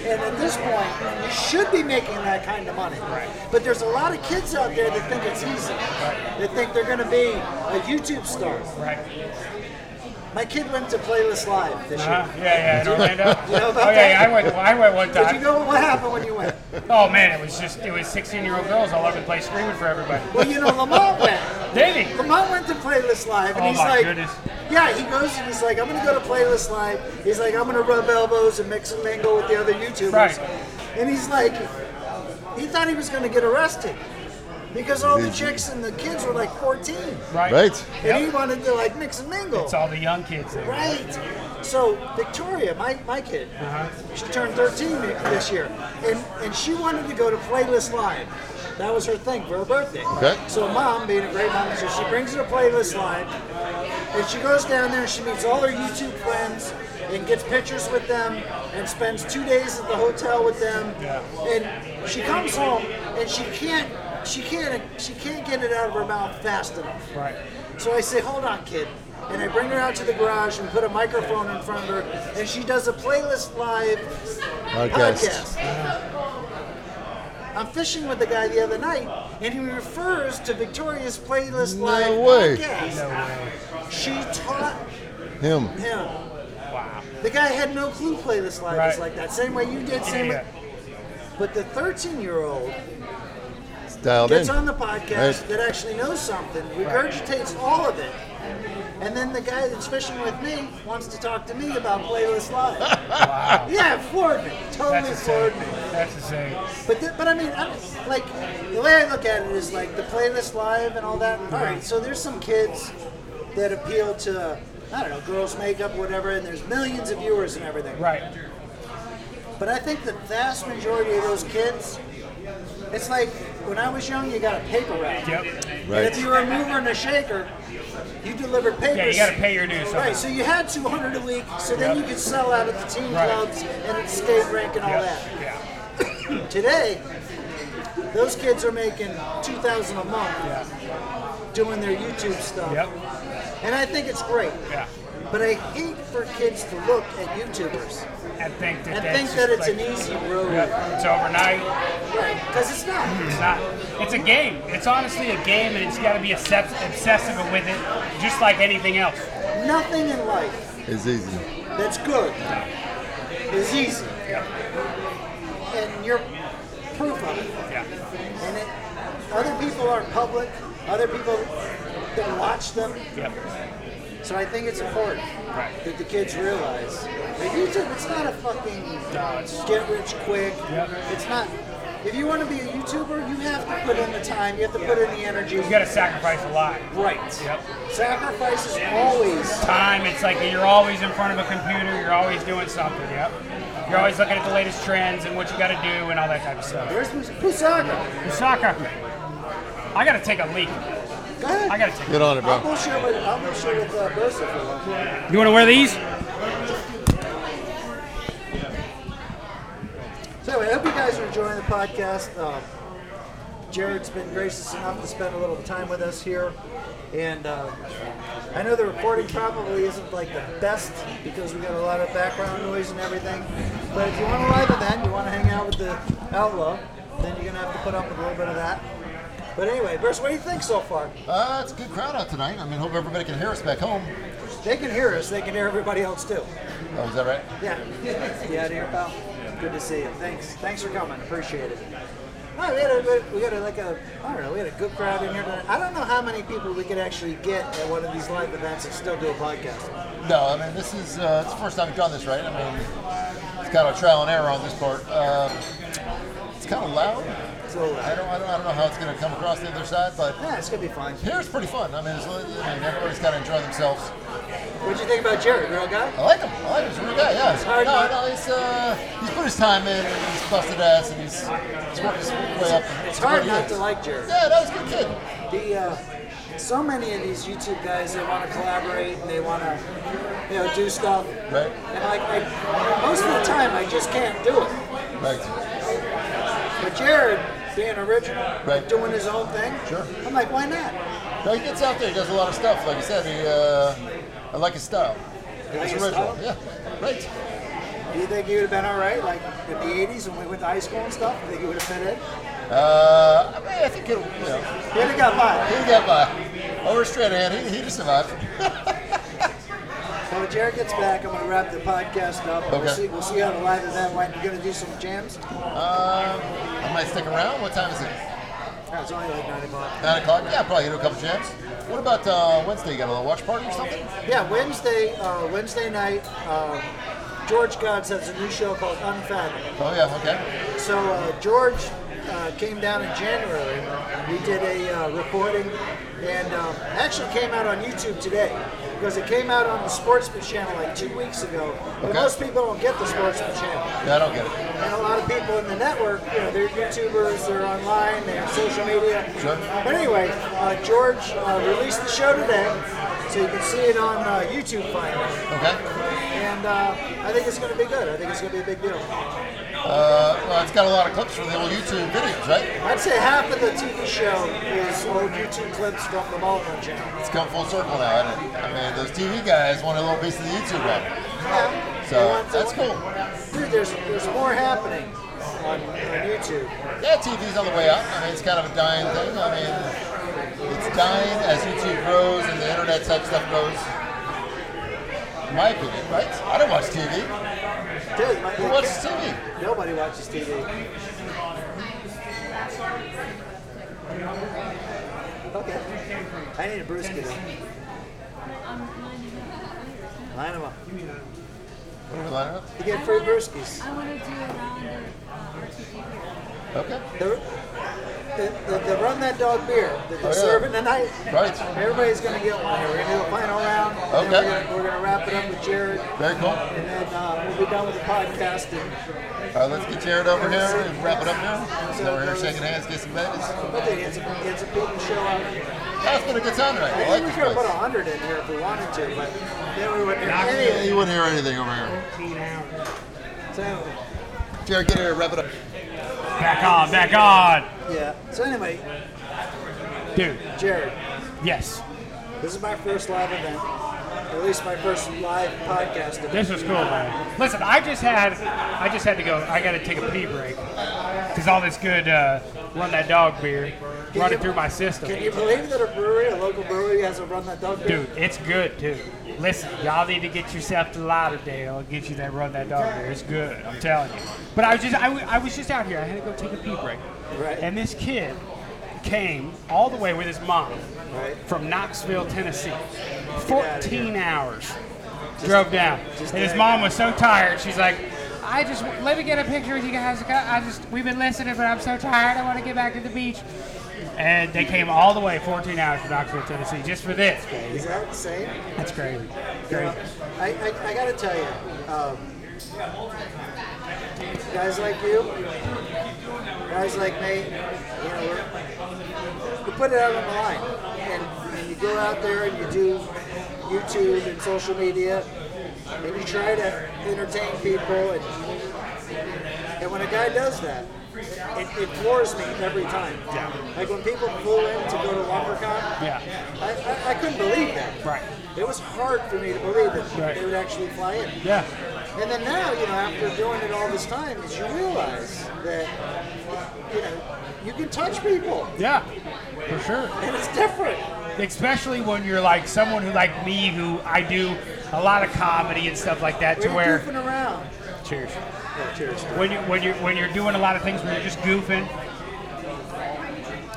And at this point, you should be making that kind of money. But there's a lot of kids out there that think it's easy. That think they're going to be a YouTube star. Right. My kid went to Playlist Live this Uh, year. yeah, yeah, in Orlando. You know about oh, yeah, yeah, that? I went. well, I went one Did you time. go? What happened when you went? Oh man, it was just it was 16 year old girls all over the place screaming for everybody. Well, you know, Lamont went. Dating. Lamont went to Playlist Live, and Oh, he's my like, goodness. yeah, he goes and he's like, I'm gonna go to Playlist Live. He's like, I'm gonna rub elbows and mix and mingle with the other YouTubers. Right. And he's like, he thought he was gonna get arrested because all the chicks and the kids were like 14, Right. Right. and he wanted to like mix and mingle. It's all the young kids. There. Right. So Victoria, my, my kid, she turned 13 this year, and, and she wanted to go to Playlist Live. That was her thing for her birthday. Okay. So mom, being a great mom, so she brings her to Playlist Live, and she goes down there and she meets all her YouTube friends and gets pictures with them and spends two days at the hotel with them. And she comes home and she can't she can't she can't get it out of her mouth fast enough. Right. So I say, hold on, kid. And I bring her out to the garage and put a microphone in front of her, and she does a playlist live Podcast. podcast. I'm fishing with the guy the other night, and he refers to Victoria's playlist No live way. podcast. She taught Him. him. Wow. The guy had no clue playlist live was Right. like that. Same way you did. Same Yeah. way. But the 13 year old It's dialed in. gets on the podcast Right. that actually knows something, regurgitates all of it, and then the guy that's fishing with me wants to talk to me about Playlist Live. Yeah, it floored me. Totally That's floored insane. me. That's insane. But, th- but I mean, I'm, like, the way I look at it is like the Playlist Live and all that. All right, so there's some kids that appeal to, I don't know, girls' makeup, whatever, and there's millions of viewers and everything. Right. But I think the vast majority of those kids, it's like when I was young, you got a paper route. Yep. And Right. if you were a mover and a shaker, you delivered papers. Yeah, you got to pay your dues. somehow. Right, so you had 200 a week, so then you could sell out at the team Right. clubs and at the skate rink and all Yep. that. Yeah. Today, those kids are making 2000 a month doing their YouTube stuff. Yep. And I think it's great. Yeah. But I hate for kids to look at YouTubers And think that and that's think just that it's like, an easy road. Yep. It's overnight. Right, because it's not. It's not. It's a game. It's honestly a game, and it's got to be obsess- obsessive with it, just like anything else. Nothing in life It's easy. that's good is easy. And you're proof of it. Yeah. And it, other people are public, other people that watch them. Yep. So I think it's important Right. that the kids realize that YouTube, it's not a fucking get rich quick. Yep. It's not. If you want to be a YouTuber, you have to put in the time, you have to put in the energy. You got to sacrifice a lot. right. Yep. Sacrifice is always time. It's like you're always in front of a computer. You're always doing something. Yep. You're always looking at the latest trends and what you got to do and all that type of stuff. Where's Mus- Pusaga? Osaka, I gotta take a leak. Go ahead. I gotta take. Get on it, I'll bro. bullshit with, I'll bullshit with uh, Bursa for one. You want to wear these? So anyway, I hope you guys are enjoying the podcast. Um, Jared's been gracious enough to spend a little time with us here, and uh, I know the recording probably isn't like the best because we got a lot of background noise and everything. But if you want a live event, you want to hang out with the outlaw, then you're gonna have to put up with a little bit of that. But anyway, Bruce, what do you think so far? Uh, it's a good crowd out tonight. I mean, hope everybody can hear us back home. They can hear us. They can hear everybody else too. Oh, is that right? Yeah. You out of here, pal? Good to see you. Thanks. Thanks for coming. Appreciate it. All right, we had a we got a, like a I don't know we had a good crowd in here tonight. I don't know how many people we could actually get at one of these live events and still do a podcast. No, I mean, this is uh, it's the first time we've done this, right? I mean, it's kind of a trial and error on this part. Um, it's kind of loud. It's a little I loud. don't, I don't, I don't know how it's going to come across the other side, but uh, Yeah, it's gonna be fun. here it's pretty fun. I mean, it's, I mean everybody's got to enjoy themselves. What'd you think about Jared, real guy? I like him. I like him. He's a real guy. Yeah. He's, Hard no, work. no, he's, uh, he's put his time in. And he's busted ass, and he's, he's worked his way up. It's to where hard he not is. to like Jared. Yeah, that was a good kid. The uh, so many of these YouTube guys they want to collaborate and they want to you know do stuff. Right. And like I, most of the time I just can't do it. Right. But Jared, being original, Right. doing his own thing, Sure. I'm like, why not? No, he gets out there. He does a lot of stuff. Like you said, he. Uh, I like his style. It's like his original. style? Yeah. Right. Do you think you would have been all right, like in the '80s when we went to high school and stuff? You think you would have fit in? Uh, I, mean, I think it'll. You know, He'd have got by. he got by. Over straight hand. He he just survived. So when Jared gets back, I'm gonna wrap the podcast up. We'll Okay. see. We'll see how the live event went. You're gonna do some jams. Um, I might stick around. What time is it? Oh, it's only like nine o'clock. Nine o'clock. Yeah, probably hit a couple jams. What about uh, Wednesday? You got a little watch party or something? Yeah, Wednesday. Uh, Wednesday night. Uh, George Gods has a new show called Unfathomed. Oh yeah. Okay. So uh, George uh, came down in January. We did a uh, recording, and um, actually came out on YouTube today because it came out on the Sportsman Channel like two weeks ago. But Okay. most people don't get the Sportsman Channel, Yeah, I don't get it. and a lot of people in the network, you know, they're YouTubers, they're online, they're on social media. Sure. But anyway, uh, George uh, released the show today, so you can see it on uh, YouTube finally. Okay. And uh, I think it's going to be good. I think it's going to be a big deal. Uh, well, it's got a lot of clips from the old YouTube videos, right? I'd say half of the TV show is old YouTube clips from the Mulligan channel. It's come full circle now. hasn't it? I mean, those TV guys want a little piece of the YouTube rabbit. Yeah. So, that's cool. Dude, there's there's more happening on, on YouTube. Yeah, TV's on the way up. I mean, it's kind of a dying thing. I mean, it's dying as YouTube grows and the internet type stuff grows. In my opinion, right? I don't watch TV. Dude, you might be Who a watches kid. TV? Nobody watches TV. Okay. I need a brewski though. Um, Line them up. What are we lining up? You get free brewskis. I want to do a round of uh, RTD here. Okay. The, the, the, the Run That Dog beer that they're Oh, yeah. serving tonight. Right. Everybody's gonna get one. here. We're gonna do a final round. and then Okay. We're gonna, we're gonna wrap it up with Jared, Very cool. All and then uh, we'll be done with the podcast. And right, let's get Jared over here and wrap it up now. So we're here shaking hands, get some babies. but then it's a it's a big show out. I That's been a good time tonight. I think like we this could have put a place. hundred in here if we wanted to, but then we wouldn't hear Yeah, anything. you wouldn't hear anything over here. So Jared, get here, wrap it up. Back on, back on. yeah. So anyway, Dude, Jared, yes. this is my first live event. At least my first live podcast event. This was cool, man. Listen, I just had, I just had to go. I got to take a pee break because all this good uh, run that dog beer running through my Can system, you believe that a brewery, a local brewery, has a run that dog beer? dude. It's good too. Listen, y'all need to get yourself to Lauderdale and get you that run that dog beer. It's good, I'm telling you. But I was just, I, w- I was just out here. I had to go take a pee break, Right. and this kid came all the way with his mom Right. from Knoxville, Tennessee. outta 14 hours. Drove down. just and his get- mom was so tired. She's like, I just, let me get a picture with you guys. I just, we've been listening, but I'm so tired. I want to get back to the beach. And they came all the way 14 hours from Knoxville, Tennessee, just for this, baby. Is that the same? That's crazy. Yeah. Crazy. I, I, I gotta tell you, um, guys like you, guys like me, you know, we're, we put it out on the line, and, and you go out there and you do YouTube and social media, and you try to entertain people, and, and when a guy does that, it, it floors me every time. Yeah. Like when people flew in to go to LumberCon, Yeah. I, I, I couldn't believe that. Right. It was hard for me to believe that Right. they would actually fly in. Yeah. And then now, you know, after doing it all this time, is you realize that, you know, you can touch people, Yeah. For sure. and it's different. especially when you're like someone who like me who I do a lot of comedy and stuff like that to We're where goofing around. cheers Yeah, cheers. when you when you when you're doing a lot of things where you're just goofing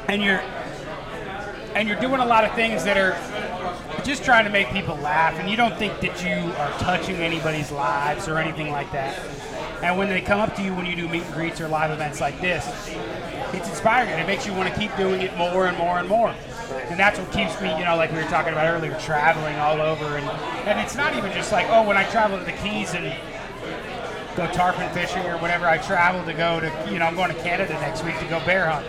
and you're and you're doing a lot of things that are just trying to make people laugh and you don't think that you are touching anybody's lives or anything like that and when they come up to you when you do meet and greets or live events like this it's inspiring it makes you want to keep doing it more and more and more and that's what keeps me you know like we were talking about earlier traveling all over and and it's not even just like oh when i travel to the keys and go tarpon fishing or whatever. I travel to go to, you know, I'm going to Canada next week to go bear hunt.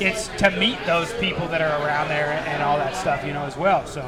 It's to meet those people that are around there and, and all that stuff, you know, as well. So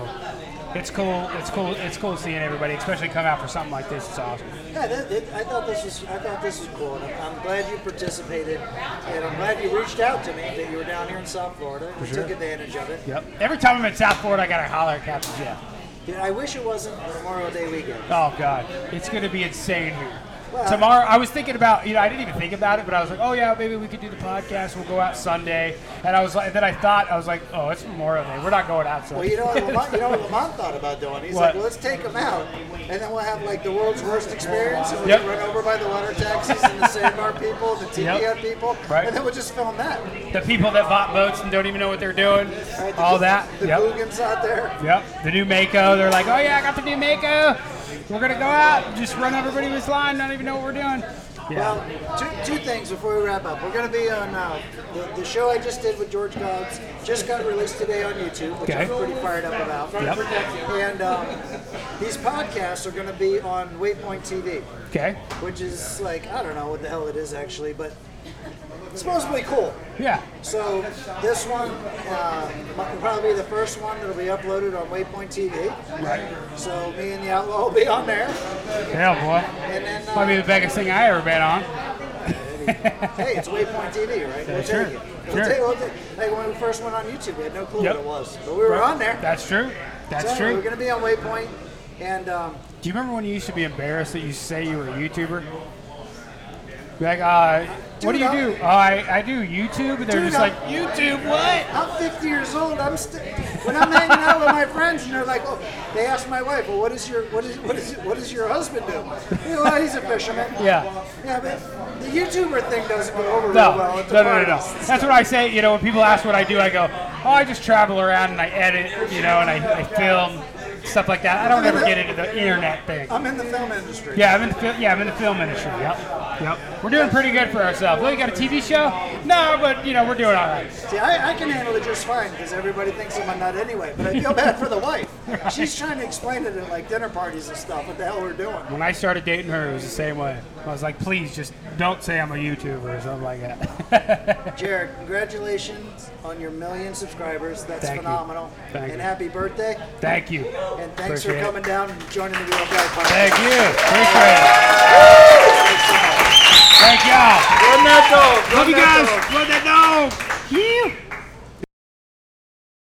it's cool. It's cool. It's cool seeing everybody, especially come out for something like this. It's awesome. Yeah, that, that, I thought this was I thought this was cool, and I'm, I'm glad you participated, and I'm glad you reached out to me that you were down here in South Florida and took advantage of it. Yep. Every time I'm in South Florida, I got to holler at Captain Jeff. Dude, I wish it wasn't Memorial Day weekend. Oh God, it's gonna be insane here. Well, Tomorrow, I was thinking about you know I didn't even think about it, but I was like, oh yeah, maybe we could do the podcast. We'll go out Sunday, and I was like, then I thought I was like, oh, it's Memorial Day. We're not going out Sunday. Well, you know what Lamont, you know what Lamont thought about doing? He's What? like, well, let's take them out, and then we'll have like the world's worst experience, and we'll Yep. get run over by the water taxis and the sandbar people, the TPN Yep. people, Right. and then we'll just film that. The people that bought boats and don't even know what they're doing. Right, the All Bo- that. The Yep. Boogans out there. Yep. The new Mako. They're like, oh yeah, I got the new Mako. We're gonna go out, and just run everybody with this line, not even know what we're doing. Yeah. Well, two, two things before we wrap up. We're going to be on uh, the, the show I just did with George Gobbs, just got released today on YouTube, which I'm Okay. pretty fired up about. Yep. And um, these podcasts are going to be on Waypoint TV. Okay. which is like I don't know what the hell it is actually, but it's supposedly cool. Yeah. So this one uh, might- will probably be the first one that'll be uploaded on Waypoint TV. Right. So me and the outlaw will be on there, Yeah, and then boy. Might be uh, the biggest thing I ever been on. hey, it's Waypoint TV, right? We'll Sure, take it. We'll sure. take, we'll take, like when we first went on YouTube, we had no clue Yep. what it was, but we were on there. That's true. That's So true. We're gonna be on Waypoint, and um, Do you remember when you used to be embarrassed that you say you were a YouTuber? Be Like, uh, what do you do? Dude, Oh, I, I do YouTube, and they're Dude, just I'm- like, YouTube, what? I'm 50 years old. I'm still when I'm hanging out with my friends, and they're like, "Oh," they ask my wife, "Well, what is your what is what is what does your husband do?" You know, well, he's a fisherman. Yeah. Yeah, but the YouTuber thing doesn't go over No, real well. at the no, no, no, no. parties. That's what I say. You know, when people ask what I do, I go, "Oh, I just travel around and I edit, you know, and I, I film stuff like that." I don't ever get into the internet thing. I'm in the film industry. Yeah, I'm in the fil- yeah, I'm in the film industry. Yep, yep. We're doing pretty good for ourselves. Well, you got a TV show? No, but you know, we're doing all right. See, I, I can handle it just fine because everybody thinks I'm a nut anyway. But I feel bad for the wife. She's trying to explain it at like dinner parties and stuff. What the hell we're doing? When I started dating her, it was the same way. I was like, "Please, just don't say I'm a YouTuber or something like that." Jared, congratulations on your million subscribers. That's Thank you. phenomenal. Thank and you. happy birthday. Thank you. And thanks Appreciate for it. coming down and joining the Real Guy Podcast. Thank you. Appreciate it. Thanks so much. Thank y'all. Run that dog. Love you guys. Love that dog. Yeah.